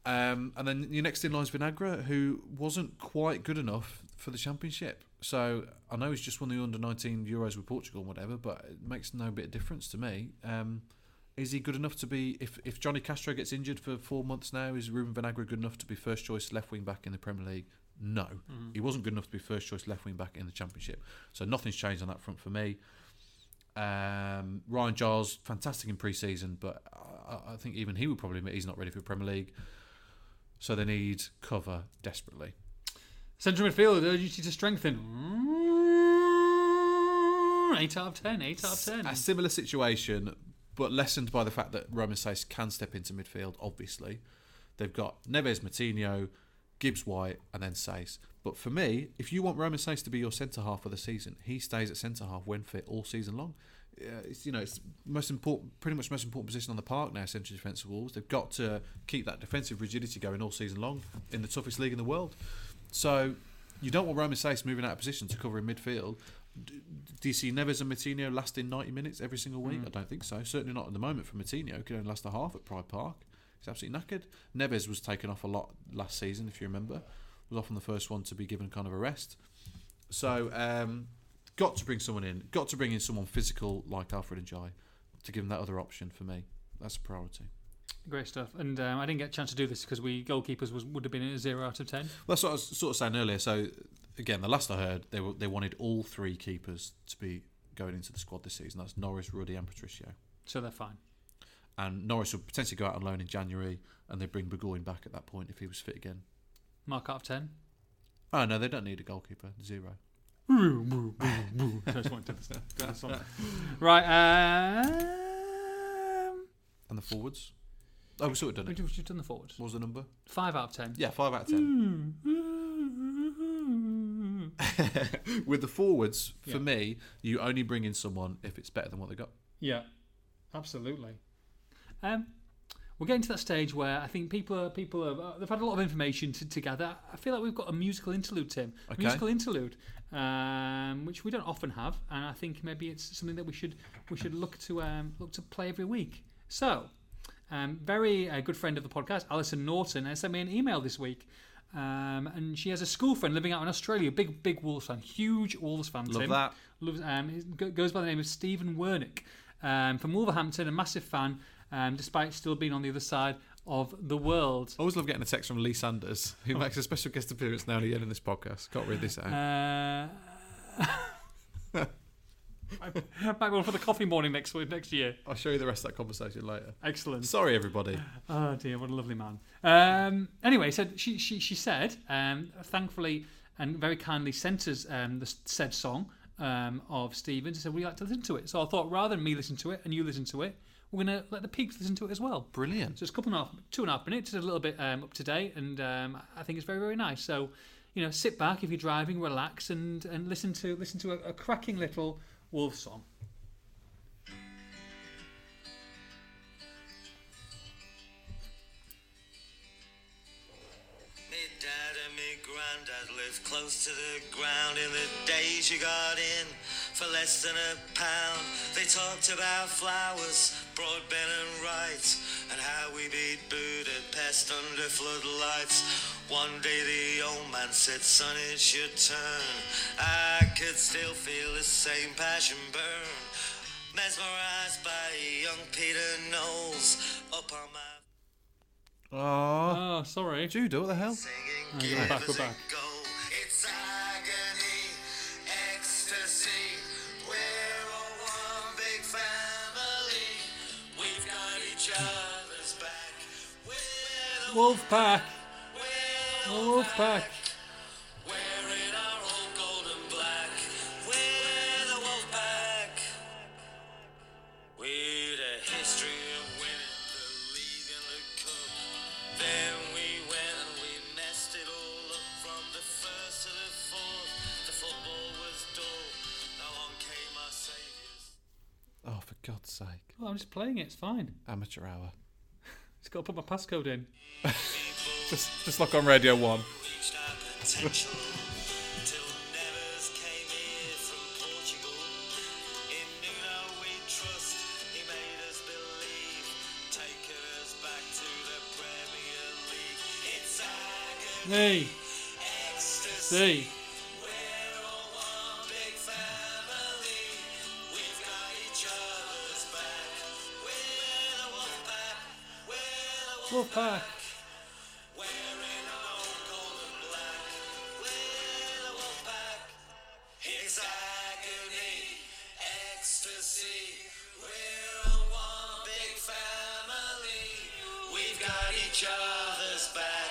S3: Um, and then your next in line is Vinagra, who wasn't quite good enough for the championship. So I know he's just won the under nineteen Euros with Portugal and whatever, but it makes no bit of difference to me. Um, is he good enough to be if, if Johnny Castro gets injured for four months now, is Ruben Vanagra good enough to be first choice left wing back in the Premier League? No. He wasn't good enough to be first choice left wing back in the championship. So nothing's changed on that front for me. Um, Ryan Giles, fantastic in pre season, but I- I, I think even he would probably admit he's not ready for the Premier League. So they need cover desperately.
S2: Central midfield urgency to strengthen. Eight out of ten. Eight out of ten.
S3: A similar situation, but lessened by the fact that Roman Saiz can step into midfield, obviously. They've got Neves, Matinho, Gibbs White, and then Saiz. But for me, if you want Roman Saiz to be your centre half for the season, he stays at centre half when fit all season long. Uh, it's you know it's most important, pretty much most important position on the park now. Central defensive walls. They've got to keep that defensive rigidity going all season long in the toughest league in the world. So you don't want Roman Saiz moving out of position to cover in midfield. D- Do you see Neves and Matinho lasting 90 minutes every single week? I don't think so. Certainly not at the moment for Matinho. He can only last a half at Pride Park. He's absolutely knackered. Neves was taken off a lot last season, if you remember. Was often the first one to be given kind of a rest. So, um, got to bring someone in. Got to bring in someone physical like Alfred and Jai to give him that other option for me. That's a priority.
S2: Great stuff. And um, I didn't get a chance to do this because we goalkeepers was, would have been a zero out of ten.
S3: Well, that's what I was sort of saying earlier. So, again, the last I heard, they were, they wanted all three keepers to be going into the squad this season. That's Norris, Ruddy, and Patricio.
S2: So they're fine.
S3: And Norris would potentially go out on loan in January, and they bring Burgoyne back at that point if he was fit again.
S2: Mark out of ten.
S3: Oh no, they don't need a goalkeeper. Zero.
S2: So I just wanted to understand. That's all. right. Um,
S3: And the forwards? Oh, we sort of done
S2: what
S3: it.
S2: have you done the forwards?
S3: What was the number?
S2: Five out of ten.
S3: Yeah, five out of ten. With the forwards, for
S2: Mm. Yeah.
S3: me, you only bring in someone if it's better than what they got.
S2: Yeah, absolutely. Um, we're getting to that stage where I think people are people have uh, they've had a lot of information to, to gather. I feel like we've got a musical interlude, Tim.
S3: Okay.
S2: Musical interlude, um, which we don't often have, and I think maybe it's something that we should we should look to um, look to play every week. So, um, very uh, good friend of the podcast, Alison Norton, has sent me an email this week. Um, and she has a school friend living out in Australia, big, big Wolves fan, huge Wolves fan.
S3: Love
S2: Tim.
S3: that.
S2: Loves, um, he go- goes by the name of Stephen Wernick um, from Wolverhampton, a massive fan, um, despite still being on the other side of the world.
S3: I always love getting a text from Lee Sanders, who makes a special guest appearance now and again in this podcast. Can't read this out.
S2: Uh, back one for the coffee morning next week, next year.
S3: I'll show you the rest of that conversation later.
S2: Excellent.
S3: Sorry, everybody.
S2: Oh dear, what a lovely man. Um, anyway, so she she, she said, um, thankfully and very kindly sent us um, the s- said song um, of Stevens. and said we like to listen to it. So I thought rather than me listen to it and you listen to it, we're going to let the peeps listen to it as well.
S3: Brilliant.
S2: So it's a couple and a half, two and a half minutes, just a little bit um, up to date, and um, I think it's very very nice. So you know, sit back if you're driving, relax, and and listen to listen to a, a cracking little wolf song.
S4: Me dad and me granddad close to the ground in the days you got in for less than a pound. They talked about flowers, broadband and rights, and how we beat Budapest under floodlights. One day the old man said, Son, it's your turn. I could still feel the same passion burn. Mesmerized by young Peter Knowles up on my
S3: Oh,
S2: Oh, sorry.
S3: Judah, what the hell?
S4: singing
S2: we're
S4: give
S2: back,
S4: us
S2: we're
S4: a
S2: back.
S4: go. It's agony, ecstasy. We're all one big family. We've got each other's back. We're the
S2: Wolfpack.
S4: we're the
S2: Wolfpack.
S4: We're in our old golden black. We're the wolf pack. We're the history of winning the league and the cup. Then we went and we messed it all up from the first to the fourth. The football was dull. Now on came our saviors.
S3: Oh, for God's sake.
S2: Well, I'm just playing it. It's fine.
S3: Amateur hour.
S2: Just got to put my passcode in.
S3: Just, just lock on Radio 1.
S4: reached our potential till Nevers came here from Portugal. In Nuno we trust, he made us believe, taking us back to the Premier League. It's agony,
S2: Hey, see.
S4: ecstasy. We're all one big family. We've got each other's back. We're the one back. We're the one.
S2: Wolfpack.
S4: We're in our own golden black. We're the wolf pack. It's agony, ecstasy. We're a one big family. We've got each other's back.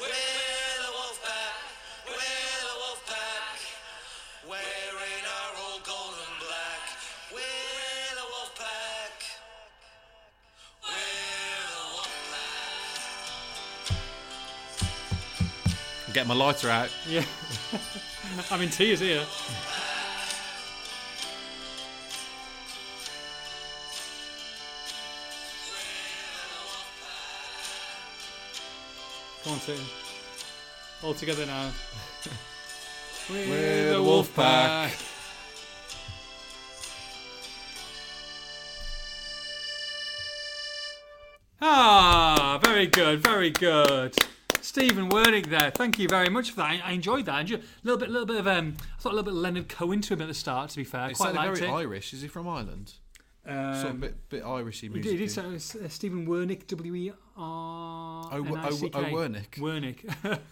S4: We're the wolf pack. We're the wolf pack. We're in our old golden black. We're the wolf pack. We're the wolf pack.
S3: Get my lighter out.
S2: Yeah. I'm in tears here. Come on, Tim. All together now. We're,
S3: the wolf pack.
S2: pack. Ah, very good, very good. Stephen Wernick there. Thank you very much for that. I, I enjoyed that. I enjoyed, little bit, little bit of um. I thought a little bit of Leonard Cohen to him at the start. To be fair, I
S3: It's
S2: quite liked
S3: very
S2: it.
S3: Irish. Is he from Ireland?
S2: Um,
S3: sort of bit, bit Irishy
S2: he
S3: music.
S2: did, he did sound- it's, uh, Stephen Wernick, W E R
S3: Oh,
S2: N I C K.
S3: oh, oh, Wernick.
S2: Wernick.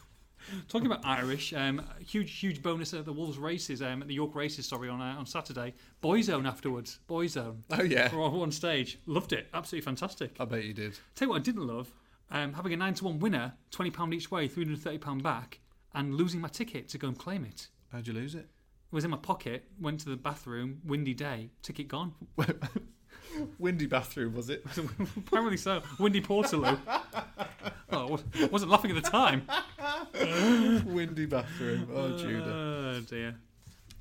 S2: Talking about Irish, um, huge, huge bonus at the Wolves races, um, at the York races, sorry, on uh, on Saturday. Boyzone afterwards. Boyzone.
S3: Oh, yeah.
S2: We're on one stage. Loved it. Absolutely fantastic.
S3: I bet you did.
S2: Tell you what I didn't love, um, having a 9 to 1 winner, £20 each way, £330 back, and losing my ticket to go and claim it.
S3: How'd you lose it?
S2: It was in my pocket, went to the bathroom, windy day, ticket gone.
S3: Windy bathroom, was it?
S2: Apparently so. Windy Portaloo. oh, I wasn't laughing at the time.
S3: Windy bathroom. Oh, Judah.
S2: Oh, dear.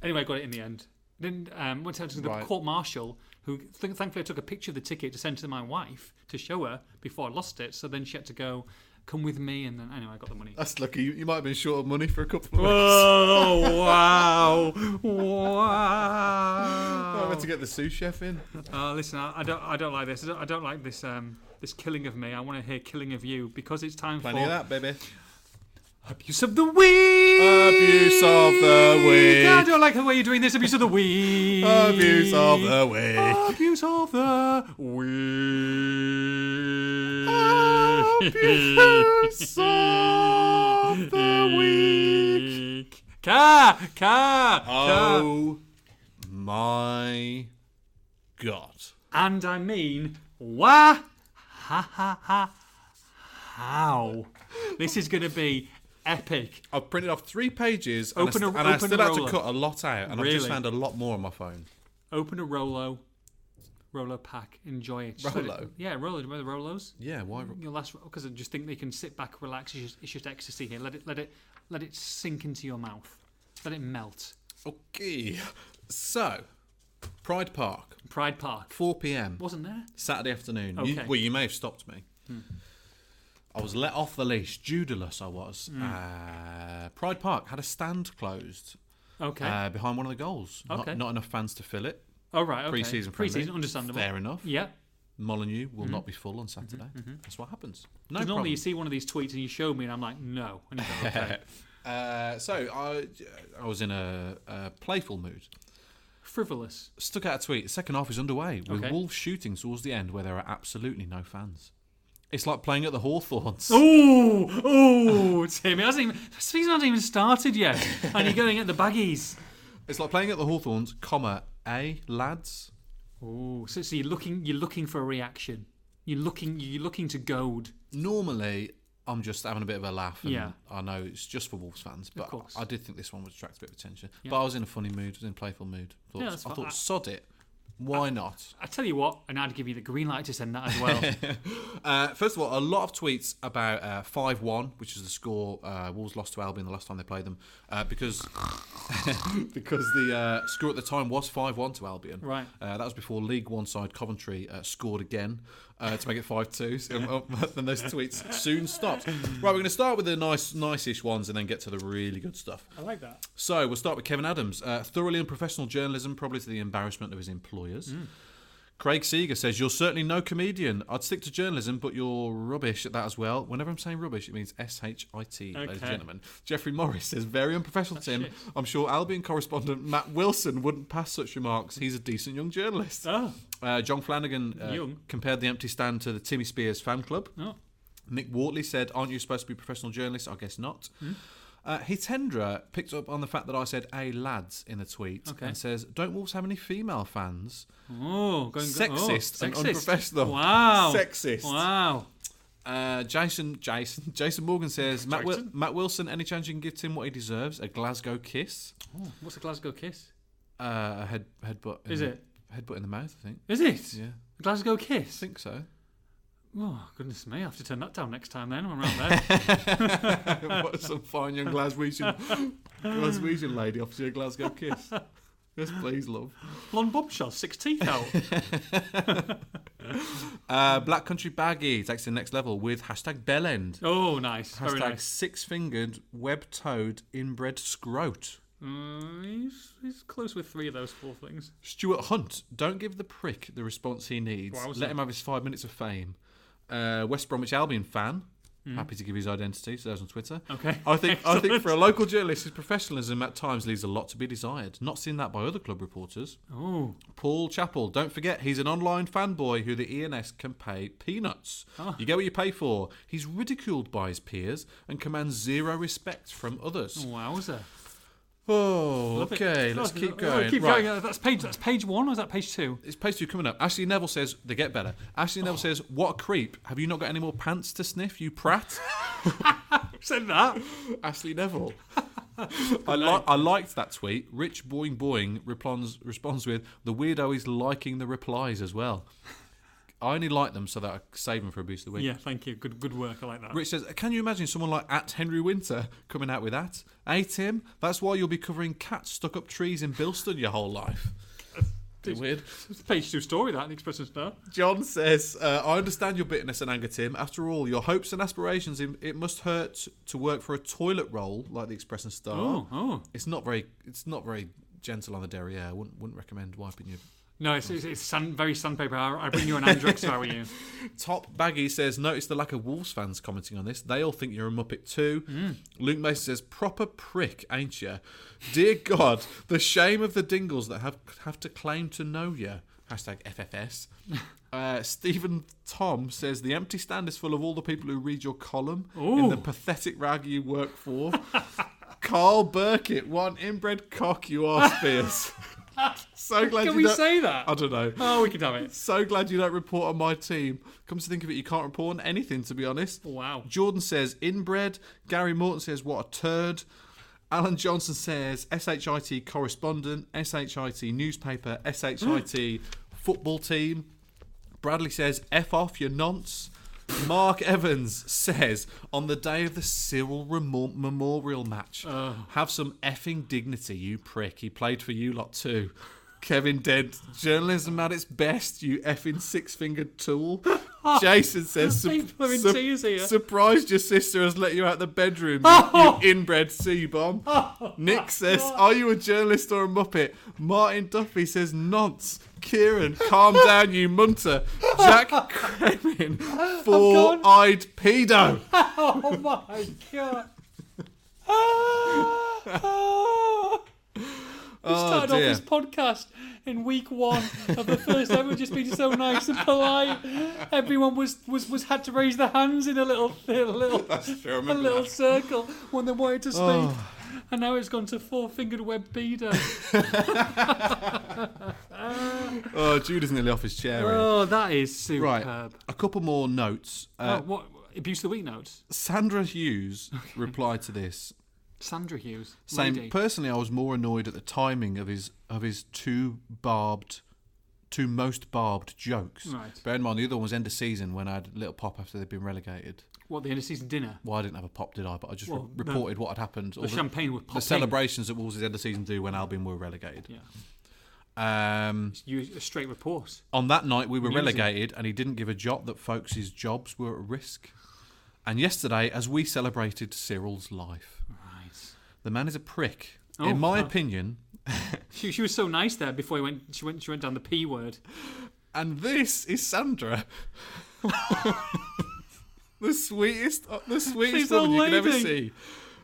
S2: Anyway, I got it in the end. Then um, went out to the
S3: Right.
S2: court martial, who th- thankfully I took a picture of the ticket to send to my wife to show her before I lost it. So then she had to go, come with me, and then anyway, I got the money.
S3: That's lucky. You, you might have been short of money for a couple of weeks.
S2: Oh wow! Wow!
S3: I went to get the sous chef in.
S2: Uh, listen, I, I don't, I don't like this. I don't, I don't like this, um, this killing of me. I want to hear killing of you because it's time
S3: Plenty
S2: for
S3: of that, baby.
S2: abuse of the week.
S3: Abuse of the
S2: I
S3: week.
S2: don't like the way you're doing this. Abuse of the week.
S3: Abuse of the week.
S2: Abuse of the week.
S3: Abuse of the week.
S2: Car, car, car.
S3: Oh my god.
S2: And I mean, wah, ha, ha, ha, how. This is going to be epic.
S3: I've printed off three pages and,
S2: Open
S3: I,
S2: a-
S3: st- and
S2: open
S3: I
S2: a
S3: still had to
S2: roller.
S3: cut a lot out and I've
S2: Really?
S3: just found a lot more on my phone.
S2: Open a Rolo, Rolo pack. Enjoy it. Just let it-
S3: Rolo?
S2: yeah, Rolo. Do you remember the Rolos?
S3: Yeah, why
S2: Your last because I just think they can sit back, relax. It's just, it's just ecstasy here. Let it, let it, let it sink into your mouth. Let it melt.
S3: Okay. So Pride Park,
S2: Pride Park
S3: four PM.
S2: wasn't there.
S3: Saturday afternoon. You-
S2: Okay. Hmm.
S3: well, you may have stopped me. I was let off the leash. Judalous, I was.
S2: Hmm.
S3: Uh, Pride Park had a stand closed
S2: Okay.
S3: uh, behind one of the goals. Not-
S2: Okay.
S3: Not, enough fans to fill it.
S2: All right. Okay.
S3: Pre-season friendly.
S2: Pre-season, understandable.
S3: Fair enough.
S2: Yeah. Hmm.
S3: Molyneux will not be full on Saturday. That's what happens. No
S2: Because normally
S3: problem.
S2: you see one of these tweets and you show me, and I'm like, no. And you go, okay.
S3: Uh, so I, I was in a, a playful mood.
S2: Frivolous.
S3: Stuck out a tweet. The second half is underway with
S2: Okay.
S3: Wolves shooting towards the end where there are absolutely no fans. It's like playing at the Hawthorns.
S2: Ooh, ooh, Tim. It hasn't even, the season hasn't even started yet, and you're going at the baggies.
S3: It's like playing at the Hawthorns, comma a lads.
S2: Ooh, so, so you're looking, you're looking for a reaction. You're looking, you're looking to goad.
S3: Normally, I'm just having a bit of a laugh. And
S2: Yeah.
S3: I know it's just for Wolves fans, but
S2: course.
S3: I did think this one would attract a bit of attention. But I was in a funny mood. I was in a playful mood. Thought,
S2: Yeah,
S3: I
S2: that's fine.
S3: thought,
S2: I-
S3: sod it. Why not?
S2: I tell you what, and I'd give you the green light to send that as well.
S3: Uh, first of all, a lot of tweets about uh, five one, which is the score uh, Wolves lost to Albion the last time they played them, uh, because because the uh, score at the time was five one to Albion.
S2: Right.
S3: Uh, that was before League One side Coventry uh, scored again uh, to make it five two. So, um, then those tweets soon stopped. Right, we're going to start with the nice, nice-ish ones, and then get to the really good stuff.
S2: I like that.
S3: So we'll start with Kevin Adams. Uh, thoroughly unprofessional journalism, probably to the embarrassment of his employers.
S2: Hmm.
S3: Craig Seeger says, You're certainly no comedian. I'd stick to journalism, but you're rubbish at that as well. Whenever I'm saying rubbish, it means S H I T, ladies and
S2: Okay. Oh,
S3: gentlemen. Jeffrey Morris says, Very unprofessional, Tim. I'm sure Albion correspondent Matt Wilson wouldn't pass such remarks. He's a decent young journalist.
S2: Oh,
S3: Uh, John Flanagan uh,
S2: Young.
S3: compared the empty stand to the Timmy Spears fan club.
S2: oh.
S3: Nick Wortley said, Aren't you supposed to be professional journalists? I guess not.
S2: Hmm?
S3: Uh, Hitendra picked up on the fact that I said, Hey, lads, in the tweet
S2: Okay.
S3: and says, Don't Wolves have any female fans?
S2: Oh, going, go- oh,
S3: Sexist and
S2: sexist.
S3: unprofessional.
S2: Wow.
S3: Sexist.
S2: Wow.
S3: Uh, Jason, Jason, Jason Morgan says, Matt, Wil-
S2: Jackson?
S3: Matt Wilson, any chance you can give Tim what he deserves? A Glasgow kiss?
S2: What's a Glasgow kiss?
S3: Uh, a head, headbutt. in
S2: Is
S3: the-
S2: it?
S3: Headbutt in the mouth, I think.
S2: Is it?
S3: Yeah.
S2: A Glasgow kiss.
S3: I think so.
S2: Oh, goodness me. I have to turn that down next time then. when I'm around there.
S3: what some fine young Glaswegian, Glaswegian lady offers you a Glasgow kiss. Yes, please, love.
S2: Blonde bombshell, six teeth out.
S3: Uh, Black Country Baggy takes it to the next level with hashtag bellend.
S2: Oh, nice. Very
S3: Hashtag
S2: nice.
S3: six fingered, web toed, inbred scrote.
S2: Mm, he's, he's close with three of those four things.
S3: Stuart Hunt, don't give the prick the response he needs.
S2: Wowza.
S3: Let him have his five minutes of fame. Uh, West Bromwich Albion fan, happy to give his identity, so there's on Twitter.
S2: Hmm. Okay.
S3: I think I think for a local journalist, his professionalism at times leaves a lot to be desired. Not seen that by other club reporters.
S2: Oh,
S3: Paul Chappell. Don't forget, he's an online fanboy who the ENS can pay peanuts.
S2: Ah.
S3: You get what you pay for. He's ridiculed by his peers and commands zero respect from others.
S2: wowzer.
S3: Oh,
S2: Love it.
S3: okay,
S2: Oh,
S3: let's keep
S2: oh,
S3: going.
S2: keep
S3: Right.
S2: going. Uh, That's page, that's page one or is that page two?
S3: It's page two coming up. Ashley Neville says, they get better. Ashley
S2: Oh.
S3: Neville says, what a creep. Have you not got any more pants to sniff, you prat?
S2: Said that.
S3: Ashley Neville. I, li- I liked that tweet. Rich Boing Boing responds, responds with, the weirdo is liking the replies as well. I only like them so that I save them for abuse of the week.
S2: Yeah, thank you. Good good work. I like that.
S3: Rich says, can you imagine someone like at Henry Winter coming out with that? Hey, Tim, that's why you'll be covering cats stuck up trees in Bilston your whole life. Bit weird.
S2: It's page two story, that, the Express and Star.
S3: John says, uh, I understand your bitterness and anger, Tim. After all, your hopes and aspirations, it it must hurt to work for a toilet roll like the Express and Star.
S2: Oh, oh.
S3: It's not very it's not very gentle on the derriere. I wouldn't, wouldn't recommend wiping your...
S2: No, it's, it's, it's sand, very sandpaper. I, I bring you an Andrex, if I were you.
S3: Top Baggy says, notice the lack of Wolves fans commenting on this. They all think you're a Muppet too.
S2: Mm.
S3: Luke Mason says, proper prick, ain't you? Dear God, the shame of the dingles that have have to claim to know you. Hashtag FFS. Uh, Stephen Tom says, the empty stand is full of all the people who read your column in the pathetic rag you work for. Carl Burkett, one inbred cock you are, fierce. so glad
S2: Can
S3: you
S2: we
S3: don't-
S2: say that?
S3: I don't know.
S2: Oh, we can have it.
S3: So glad you don't report on my team. Comes to think of it, you can't report on anything, to be honest.
S2: Wow.
S3: Jordan says inbred. Gary Morton says what a turd. Alan Johnson says SHIT correspondent, SHIT newspaper, SHIT football team. Bradley says F off, you nonce. Mark Evans says on the day of the Cyril Remor-
S2: Oh.
S3: Memorial match, have some effing dignity, you prick. He played for you lot too. Kevin dead. Journalism at its best, you effing six fingered tool. Jason says, "Sup-
S2: People are in
S3: sup-
S2: tears here.
S3: surprised your sister has let you out the bedroom, you- you inbred sea bomb. Nick says, Are you a journalist or a muppet? Martin Duffy says, Nonce. Kieran, calm down, you munter. Jack Kremin, four eyed pedo.
S2: Oh my god. we started Ah! off
S3: dear.
S2: this podcast in week one of the first ever just being so nice and polite. Everyone was, was, was had to raise their hands in a little a little
S3: true, I
S2: a
S3: remember
S2: little
S3: that.
S2: circle when they wanted to speak. And now it's gone to four fingered web pedo.
S3: Oh, Jude is nearly off his chair. here.
S2: oh, that is superb.
S3: right, a couple more notes.
S2: Oh,
S3: Uh,
S2: what abuse of the week notes?
S3: Sandra Hughes replied to this
S2: Sandra Hughes.
S3: saying,
S2: lady.
S3: "Personally, I was more annoyed at the timing of his of his two barbed, two most barbed jokes.
S2: Right.
S3: Bear in mind, the other one was end of season when I had a little pop after they'd been relegated.
S2: what the end of season dinner?
S3: Well, I didn't have a pop, did I? But I just re-
S2: Well, no.
S3: reported what had happened. all
S2: The champagne was
S3: the
S2: popping.
S3: celebrations that Wolves' end of season do when Albion were relegated. Yeah. Um,
S2: You a straight report.
S3: on that night, we were
S2: Amusing.
S3: relegated, and he didn't give a jot that folks' jobs were at risk. And yesterday, as we celebrated Cyril's life,
S2: Right.
S3: the man is a prick.
S2: Oh,
S3: In my
S2: wow.
S3: opinion,
S2: She, she was so nice there before he went. She went. She went down the p word.
S3: And this is Sandra. the sweetest, uh, the
S2: She's
S3: sweetest
S2: a
S3: woman you can ever
S2: lady.
S3: see.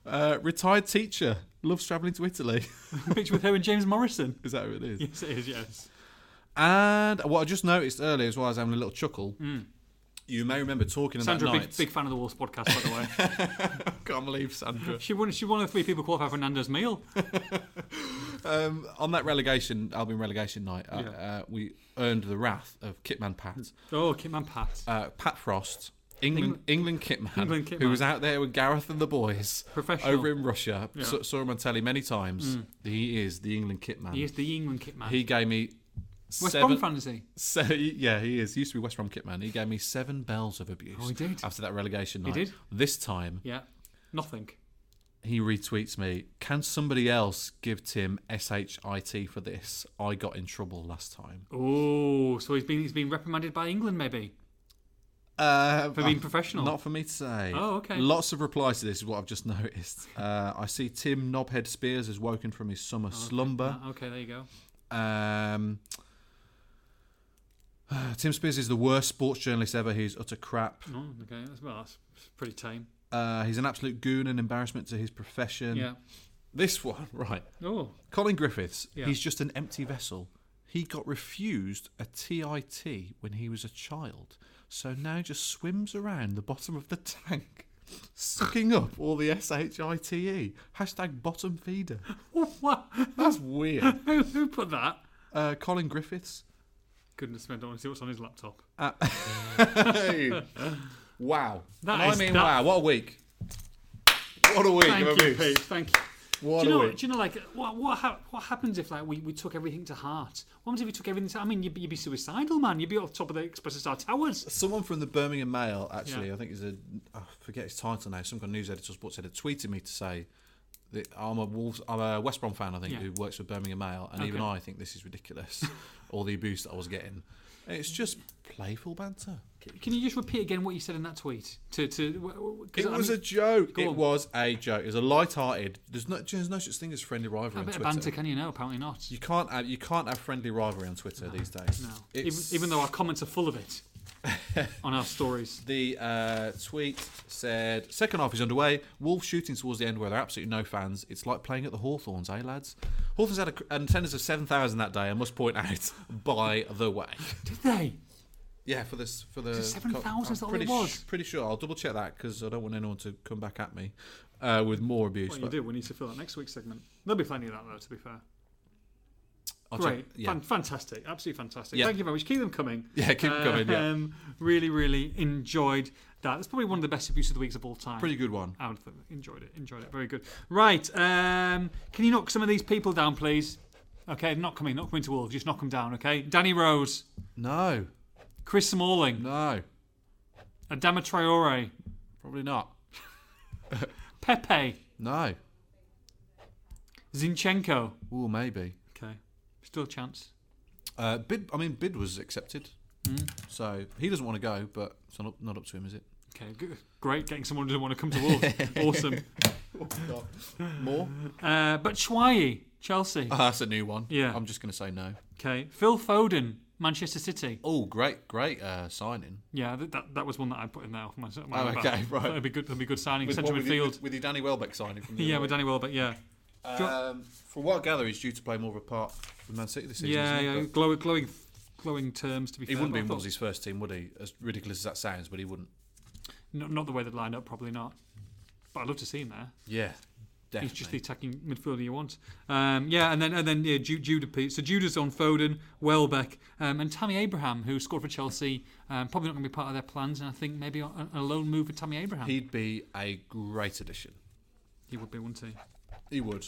S3: Uh, retired teacher, loves travelling to Italy.
S2: The picture with her and James Morrison.
S3: is that who it is?
S2: Yes, it is. Yes.
S3: And what I just noticed earlier, as well as having a little chuckle, you may remember talking about
S2: Hmm. Sandra,
S3: that
S2: big,
S3: night.
S2: big fan of the Wolves podcast, by the way.
S3: Can't believe Sandra.
S2: she won. She one of the three people qualified for Nando's meal.
S3: um, on that relegation, Albion relegation night, uh, uh, we earned the wrath of Kitman Pat.
S2: Oh, Kitman Pat.
S3: uh, Pat Frost, England, England kitman,
S2: England kitman.
S3: who was out there with Gareth and the boys,
S2: Professional. Hmm.
S3: over in Russia. S- saw him on telly many times. He is the England kitman.
S2: he is the England Kitman.
S3: He gave me
S2: West
S3: seven.
S2: Brom fan, is he?
S3: se- yeah, he is. He used to be West Brom kitman. He gave me seven bells of abuse.
S2: Oh, he did?
S3: after that relegation
S2: He
S3: night.
S2: did?
S3: This time
S2: Yeah. Nothing.
S3: he retweets me. Can somebody else give Tim shit for this? I got in trouble last time.
S2: Oh, so he's been he's been reprimanded by England, maybe.
S3: Uh,
S2: For being professional?
S3: Not for me to say.
S2: Oh, okay.
S3: Lots of replies to this is what I've just noticed. Uh, I see Tim Knobhead Spears has woken from his summer slumber.
S2: Ah, okay, there you go.
S3: Um, Tim Spears is the worst sports journalist ever. He's utter crap.
S2: Oh, okay. That's, well, that's pretty tame.
S3: Uh, he's an absolute goon and embarrassment to his profession.
S2: Yeah.
S3: This one, right.
S2: Oh,
S3: Colin Griffiths,
S2: Yeah.
S3: he's just an empty vessel. He got refused a TIT when he was a child, so now just swims around the bottom of the tank, sucking up all the SHITE. E. Hashtag bottom feeder.
S2: what?
S3: That's weird.
S2: Who, who put that?
S3: Uh, Colin Griffiths.
S2: Goodness me, I don't want to see what's on his laptop.
S3: Hey. Wow.
S2: That
S3: And I
S2: is-
S3: mean,
S2: that-
S3: wow. What a week. What a week. of
S2: Thank you,
S3: abuse.
S2: Pete. Thank you.
S3: What
S2: do you
S3: a
S2: know?
S3: week.
S2: Do you know? Like, what what hap- what happens if like we, we took everything to heart? What happens if we took everything? to I mean, you'd, be- you'd be suicidal, man. You'd be off the top of the Express Star Towers.
S3: Someone from the Birmingham Mail, actually,
S2: Yeah.
S3: I think is a I forget his title now. Some kind of news editor, sports editor, tweeted me to say that I'm a Wolves, I'm a West Brom fan. I think
S2: Yeah.
S3: who works for Birmingham Mail, and even
S2: Okay.
S3: I think this is ridiculous. all the abuse that I was getting. And It's just playful banter.
S2: Can you just repeat again what you said in that tweet? To to w- w- 'cause
S3: It
S2: I
S3: was a
S2: mean,
S3: joke.
S2: Go
S3: It
S2: on.
S3: was a joke. It was a light-hearted. There's no, there's no such thing as friendly
S2: a
S3: rivalry
S2: bit
S3: on
S2: of
S3: Twitter.
S2: banter, can you? No, apparently not.
S3: You can't have you can't have friendly rivalry on Twitter these days.
S2: no, even,
S3: It's-
S2: even though our comments are full of it on our stories.
S3: The uh, tweet said, second half is underway. Wolves shooting towards the end where there are absolutely no fans. It's like playing at the Hawthorns, eh, lads? Hawthorns had a, an attendance of 7,000 that day, I must point out, by the way.
S2: Did they?
S3: Yeah, for this. for the
S2: 7,000
S3: I'm
S2: is that all
S3: pretty
S2: it was?
S3: su- pretty sure. I'll double check that because I don't want anyone to come back at me uh, with more abuse.
S2: Well, you
S3: but
S2: do. We need to fill out next week's segment. There'll be plenty of that, though. To be fair,
S3: I'll check-
S2: great,
S3: yeah.
S2: Fan- fantastic, absolutely fantastic.
S3: Yeah.
S2: Thank you very much. Keep them coming.
S3: Yeah, keep them coming, yeah.
S2: Um, really, really enjoyed that. That's probably one of the best abuse of the weeks of all time.
S3: Pretty good one.
S2: I would think. Enjoyed it. Enjoyed it. Very good. Right. Um, can you knock some of these people down, please? Okay, not coming. Not coming to Wolves. Just knock them down. Okay. Danny Rose,
S3: No,
S2: Chris Smalling,
S3: no,
S2: Adama Traore,
S3: probably not.
S2: Pepe,
S3: No.
S2: Zinchenko.
S3: Ooh, maybe.
S2: Okay. Still a chance.
S3: Uh, Bid, I mean, Bid was accepted,
S2: Mm.
S3: so he doesn't want to go, but it's not up, not up to him, is it?
S2: Okay, g- great. Getting someone who doesn't want to come to Wolves. awesome.
S3: More?
S2: Uh, but Chwayi, Chelsea.
S3: Ah, that's a new one.
S2: Yeah.
S3: I'm just going to say no.
S2: Okay. Phil Foden, Manchester City.
S3: Oh, great, great uh, signing.
S2: Yeah, that, that, that was one that I put in there off my, my
S3: Oh,
S2: own back.
S3: okay, right.
S2: That'd be good. That'd be good signing. Central
S3: with, your-
S2: midfield.
S3: with, with your Danny Welbeck signing from the
S2: yeah,
S3: other
S2: with Danny Welbeck. Yeah.
S3: way. Um, from what I gather, he's due to play more of a part with Man City this season.
S2: Yeah,
S3: isn't
S2: yeah.
S3: he? But
S2: Glowing, glowing, glowing terms. To be
S3: He
S2: fair,
S3: wouldn't
S2: but
S3: be
S2: I
S3: in
S2: thought-
S3: Wolves' first team, would he? As ridiculous as that sounds, but he wouldn't.
S2: No, not the way they'd lined up, probably not. But I'd love to see him there.
S3: Yeah, definitely.
S2: He's just the attacking midfielder you want. Um, yeah, and then and then yeah, Ju- Judah. Pe- So Judah's on Foden, Welbeck, um, and Tammy Abraham, who scored for Chelsea. Um, probably not going to be part of their plans, and I think maybe a, a loan move for Tammy Abraham. He,
S3: He'd be a great addition.
S2: would be, wouldn't he?
S3: He would.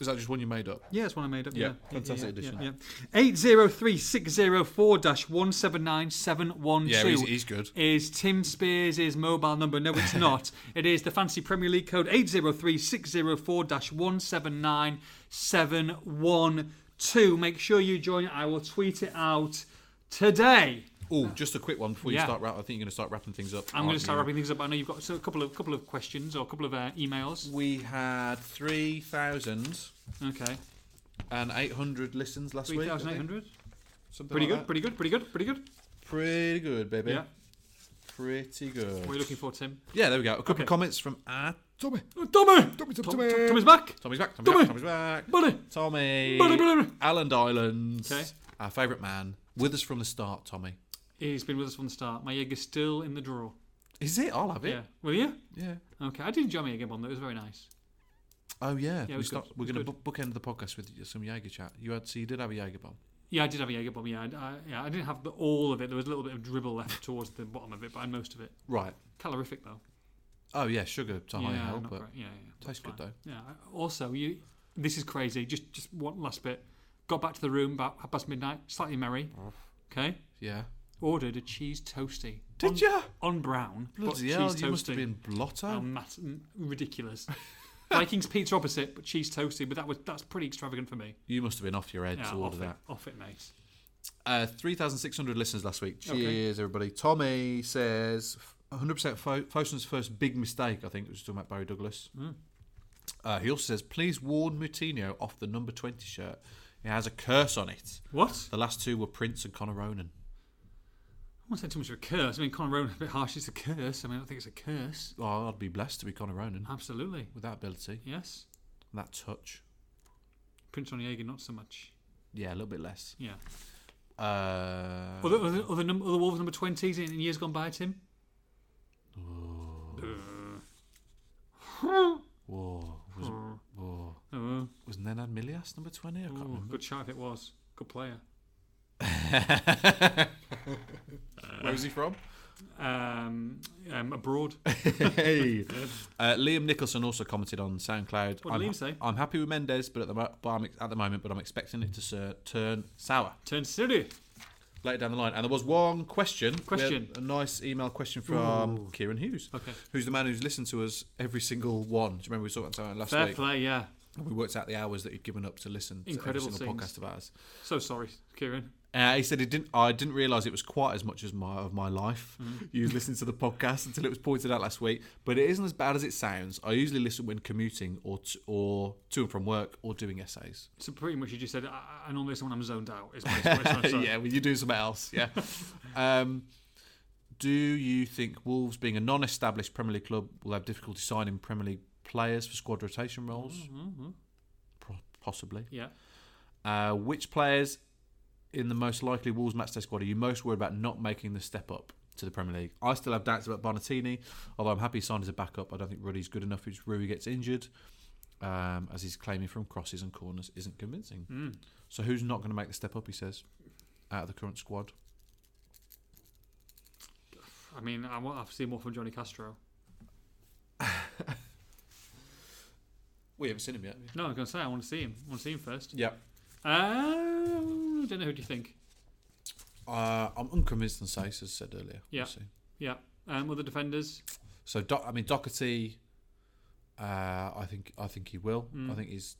S3: Is that just one you made up?
S2: Yeah, it's one I made up.
S3: Yeah,
S2: Yeah,
S3: fantastic
S2: yeah,
S3: addition.
S2: Yeah, eight zero three six zero four dash one seven nine seven one
S3: Yeah, he's,
S2: two.
S3: he's good.
S2: Is Tim Spears' mobile number? No, it's not. it is the fancy Premier League code 803-604-179712. Make sure you join. I will tweet it out today.
S3: Oh, just a quick one before you
S2: yeah.
S3: start. Wrap, I think you're going to start wrapping things up.
S2: I'm going
S3: aren't
S2: to start
S3: you?
S2: wrapping things up. I know you've got so a couple of couple of questions or a couple of uh, emails.
S3: We had three thousand
S2: Okay,
S3: and eight hundred listens last
S2: three
S3: week. I think.
S2: thousand eight hundred.
S3: Something
S2: Pretty
S3: like
S2: good.
S3: that.
S2: Pretty good. Pretty good. Pretty good.
S3: Pretty good, baby.
S2: Yeah.
S3: Pretty good.
S2: What are you looking for, Tim?
S3: Yeah, there we go. A couple
S2: Okay. Oh,
S3: of comments from uh, Tommy.
S2: Tommy!
S3: Tommy, Tommy,
S2: Tom,
S3: Tommy.
S2: Tom- Tommy's back!
S3: Tommy's back.
S2: Tommy.
S3: Tommy's back. Tommy's back.
S2: Buddy!
S3: Tommy.
S2: Buddy, buddy.
S3: Alland Islands.
S2: Okay.
S3: Our favourite man. With us from the start, Tommy.
S2: He's been with us from the start. My egg is still in the drawer.
S3: Is it? I'll have
S2: Yeah.
S3: it.
S2: Will you?
S3: yeah.
S2: Okay. I did enjoy my egg one, though. It was very nice.
S3: Oh yeah,
S2: it
S3: we
S2: was
S3: start,
S2: good.
S3: we're
S2: It was
S3: going to bu- bookend the podcast with some Jaeger chat. You had, so you did have a Jaeger bomb.
S2: Yeah, I did have a egg bomb. Yeah, I, I, yeah, I didn't have the, all of it. There was a little bit of dribble left towards the bottom of it, but I had most of it.
S3: Right.
S2: Calorific, though.
S3: Oh yeah, sugar to high
S2: yeah,
S3: hell,
S2: not
S3: but
S2: great. Yeah, yeah.
S3: tastes good though.
S2: Yeah. Also, you. This is crazy. Just, just one last bit. Got back to the room about half past midnight. Slightly merry. Okay.
S3: Yeah.
S2: Ordered a cheese toasty.
S3: Did
S2: On-
S3: ya?
S2: On brown. but
S3: Bloody hell,
S2: cheese
S3: you must have
S2: toasty.
S3: been blotto.
S2: Oh, mat- m- ridiculous. Vikings pizza opposite, but cheese toasty. But that was that's pretty extravagant for me.
S3: you must have been off your head
S2: Yeah,
S3: to order
S2: off
S3: that.
S2: it, off it, mate.
S3: Uh, 3,600 listeners last week.
S2: Okay.
S3: Cheers, everybody. Tommy says 100% Fo- Fosun's first big mistake, I think, it was talking about Barry Douglas. Uh, he also says, please warn Moutinho off the number 20 shirt. It has a curse on it.
S2: What? I
S3: The last two were Prince and Conor Ronan.
S2: won't say too much of a curse. I mean, Conor Rowan's a bit harsh. It's a curse. I mean, I don't think it's a curse.
S3: Oh, I'd be blessed to be Conor Ronan
S2: Absolutely.
S3: with that ability,
S2: Yes.
S3: that touch.
S2: Prince Onyeager, not so much.
S3: Yeah, a little bit less.
S2: Yeah.
S3: Uh,
S2: Other, other, other, num- other Wolves number 20s in, in years gone by, Tim?
S3: whoa, was, whoa.
S2: Oh,
S3: was Nenad Milias number 20? I can't
S2: oh,
S3: remember.
S2: good shot if it was. Good player.
S3: Where was he from?
S2: Um, um, abroad.
S3: hey. Uh, Liam Nicholson also commented on SoundCloud.
S2: What
S3: I'm,
S2: did Liam say?
S3: I'm happy with Mendes, but at the, mo- but I'm, ex- at the moment, but I'm expecting it to sur- turn sour
S2: Turn City.
S3: later down the line. And there was one question. We had
S2: Question.
S3: A nice email question from Kieran Hughes,
S2: Okay.
S3: who's the man who's listened to us every single one. Do you remember we talked about that last
S2: Fair
S3: week?
S2: play, yeah.
S3: And We worked out the hours that he'd given up to listen
S2: Incredible
S3: to every single
S2: things.
S3: podcast of ours.
S2: So sorry, Kieran.
S3: Uh, he said he didn't. I didn't realise it was quite as much as my of my life. You listened to the podcast until it was pointed out last week, but it isn't as bad as it sounds. I usually listen when commuting or t- or to and from work or doing essays.
S2: So pretty much you just said, I, I normally listen when I'm zoned out. Is what, is what it sounds like.
S3: yeah, well, you do something else. Yeah. um, do you think Wolves, being a non-established Premier League club, will have difficulty signing Premier League players for squad rotation roles? Pro- possibly.
S2: Yeah.
S3: Uh, which players in the most likely Wolves matchday squad are you most worried about not making the step up to the Premier League? I still have doubts about Bonatini, although I'm happy he signed as a backup. I don't think Rudy's good enough if Rudy gets injured, um, as he's claiming from crosses and corners isn't convincing. So who's not going to make the step up? He says, out of the current squad.
S2: I mean, I want to see more from Johnny Castro.
S3: We haven't seen him yet.
S2: No, I was going to say, I want to see him. I want to see him first.
S3: Yeah.
S2: Um, don't know who do you think?
S3: Uh, I'm unconvinced on Sace, as said earlier.
S2: Yeah.
S3: We'll see.
S2: Yeah. Um, other defenders?
S3: So
S2: Mm.
S3: Do- I mean Doherty, uh, I think I think he will. I think he's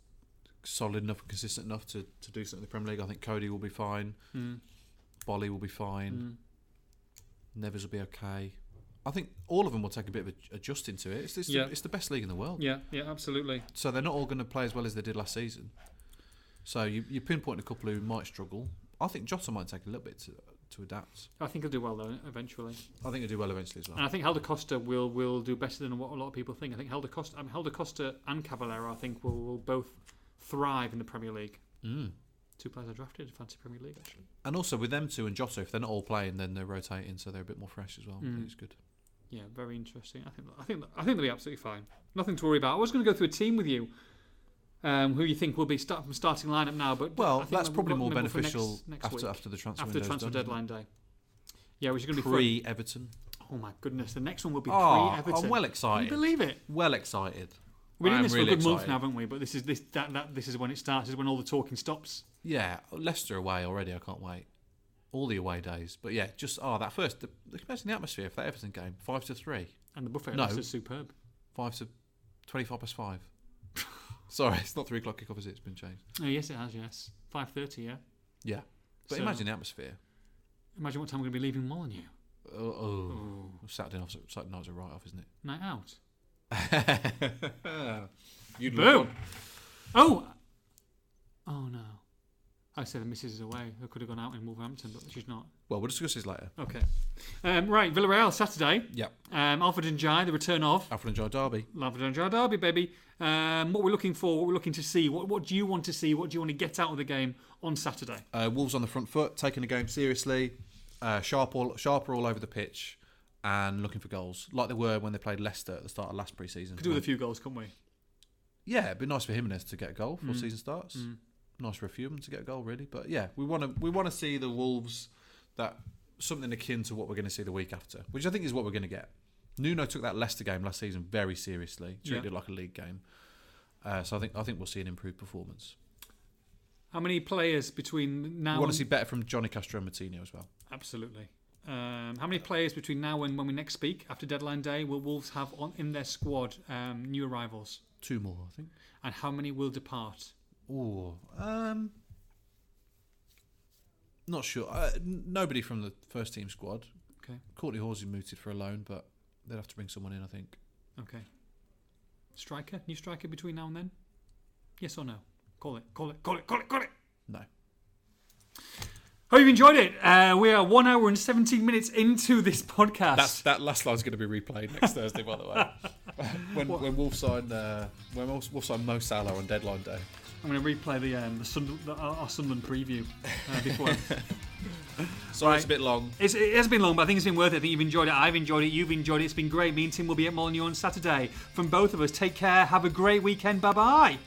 S3: solid enough and consistent enough to, to do something in the Premier League. I think Cody will be fine.
S2: Mm.
S3: Bolly will be fine. Nevers will be okay. I think all of them will take a bit of a, adjusting to it. It's, it's,
S2: Yeah.
S3: the, it's the best league in the world.
S2: Yeah, yeah, absolutely.
S3: So they're not all going to play as well as they did last season. So you, you pinpoint a couple who might struggle. I think Jota might take a little bit to, to adapt.
S2: I think he'll do well though eventually,
S3: I think he'll do well eventually as well.
S2: and I think Helder Costa will will do better than what a lot of people think. I think Helder Costa, um, Helder Costa and Cavallero, I think will, will both thrive in the Premier League.
S3: Mm.
S2: Two players I drafted in fancy Premier League actually.
S3: And also with them two and Jota, if they're not all playing, then they're rotating, so they're a bit more fresh as well. I
S2: Mm.
S3: think it's good.
S2: Yeah, very interesting. I think I think I think they'll be absolutely fine. Nothing to worry about. I was going to go through a team with you, um, who you think will be start from starting lineup now, but I
S3: Well,
S2: think
S3: that's
S2: we've
S3: probably
S2: got
S3: more
S2: them for next-
S3: beneficial
S2: next
S3: after
S2: week.
S3: after the transfer
S2: after
S3: window's
S2: transfer
S3: done,
S2: deadline day. Yeah, which is going to be free.
S3: Pre Everton.
S2: Oh my goodness, the next one will be
S3: Oh,
S2: pre Everton.
S3: I'm well
S2: Can you
S3: excited.
S2: believe it?
S3: Well excited.
S2: We're
S3: I
S2: doing
S3: am
S2: this for
S3: really
S2: a good month
S3: excited.
S2: now, haven't we? But this is this that, that this is when it starts. This is when all the talking stops.
S3: Yeah, Leicester away already. I can't wait. All the away days, but yeah, just oh that first. The, imagine the atmosphere for that Everton game. Five to three.
S2: And the buffet
S3: No.
S2: no. is superb.
S3: Five to twenty-five past five. Sorry, it's not three o'clock kickoff, is it? It's been changed.
S2: Oh yes, it has. Yes, five thirty. Yeah.
S3: Yeah, but
S2: So-
S3: imagine the atmosphere.
S2: Imagine what time we're going to be leaving Molyneux.
S3: Oh, oh. Saturday night, Saturday night's a write-off, isn't
S2: Night out.
S3: it? You'd
S2: Boom. Oh. Oh no. I said the missus is away. I could have gone out in Wolverhampton, but she's not.
S3: Well, we'll discuss this later.
S2: Okay. Um, right, Villarreal Saturday.
S3: Yep.
S2: Um, Alfred and Jai, the return of
S3: Alfred and Jai Derby.
S2: Alfred and Jai Derby, baby. Um, what we're looking for, what we're looking to see, what what do you want to see, what do you want to get out of the game on Saturday?
S3: Uh, Wolves on the front foot, taking the game seriously, uh, sharp all, sharper all over the pitch, and looking for goals like they were when they played Leicester at the start of last pre-season.
S2: Could do with a few goals, couldn't we?
S3: yeah, it'd be nice for Jimenez to get a goal before season starts. Nice for a few of them to get a goal, really. But yeah, we want to we want to see the Wolves that something akin to what we're going to see the week after, which I think is what we're going to get. Nuno took that Leicester game last season very seriously, treated
S2: Yeah.
S3: it like a league game. Uh, so I think I think we'll see an improved performance.
S2: How many players between
S3: We
S2: now
S3: want
S2: and
S3: to see better from Johnny Castro and Martino as well.
S2: absolutely? Um, how many players between now and when we next speak after deadline day will Wolves have on in their squad um, new arrivals,
S3: Two more, I think.
S2: and how many will depart?
S3: Oh, um, not sure. Uh, n- nobody from the first team squad.
S2: Okay.
S3: Courtney Horsey mooted for a loan, but they'd have to bring someone in, I think.
S2: Okay. Striker, new striker between now and then. Yes or no? Call it. Call it. Call it. Call it. Call it.
S3: No.
S2: Hope you've enjoyed it. Uh, we are one hour and seventeen minutes into this podcast.
S3: that last line's going to be replayed next Thursday, by the way. when when Wolves sign uh, when Wolves, Wolves sign Mo Salah on deadline day.
S2: I'm going to replay the um, the, Sund- the our, our Sunderland preview uh, before.
S3: Sorry,
S2: Right.
S3: it's a bit long.
S2: It's, it has been long, but I think it's been worth it. I think you've enjoyed it. I've enjoyed it. You've enjoyed it. It's been great. Me and Tim will be at Molyneux on Saturday. From both of us, take care. Have a great weekend. Bye bye.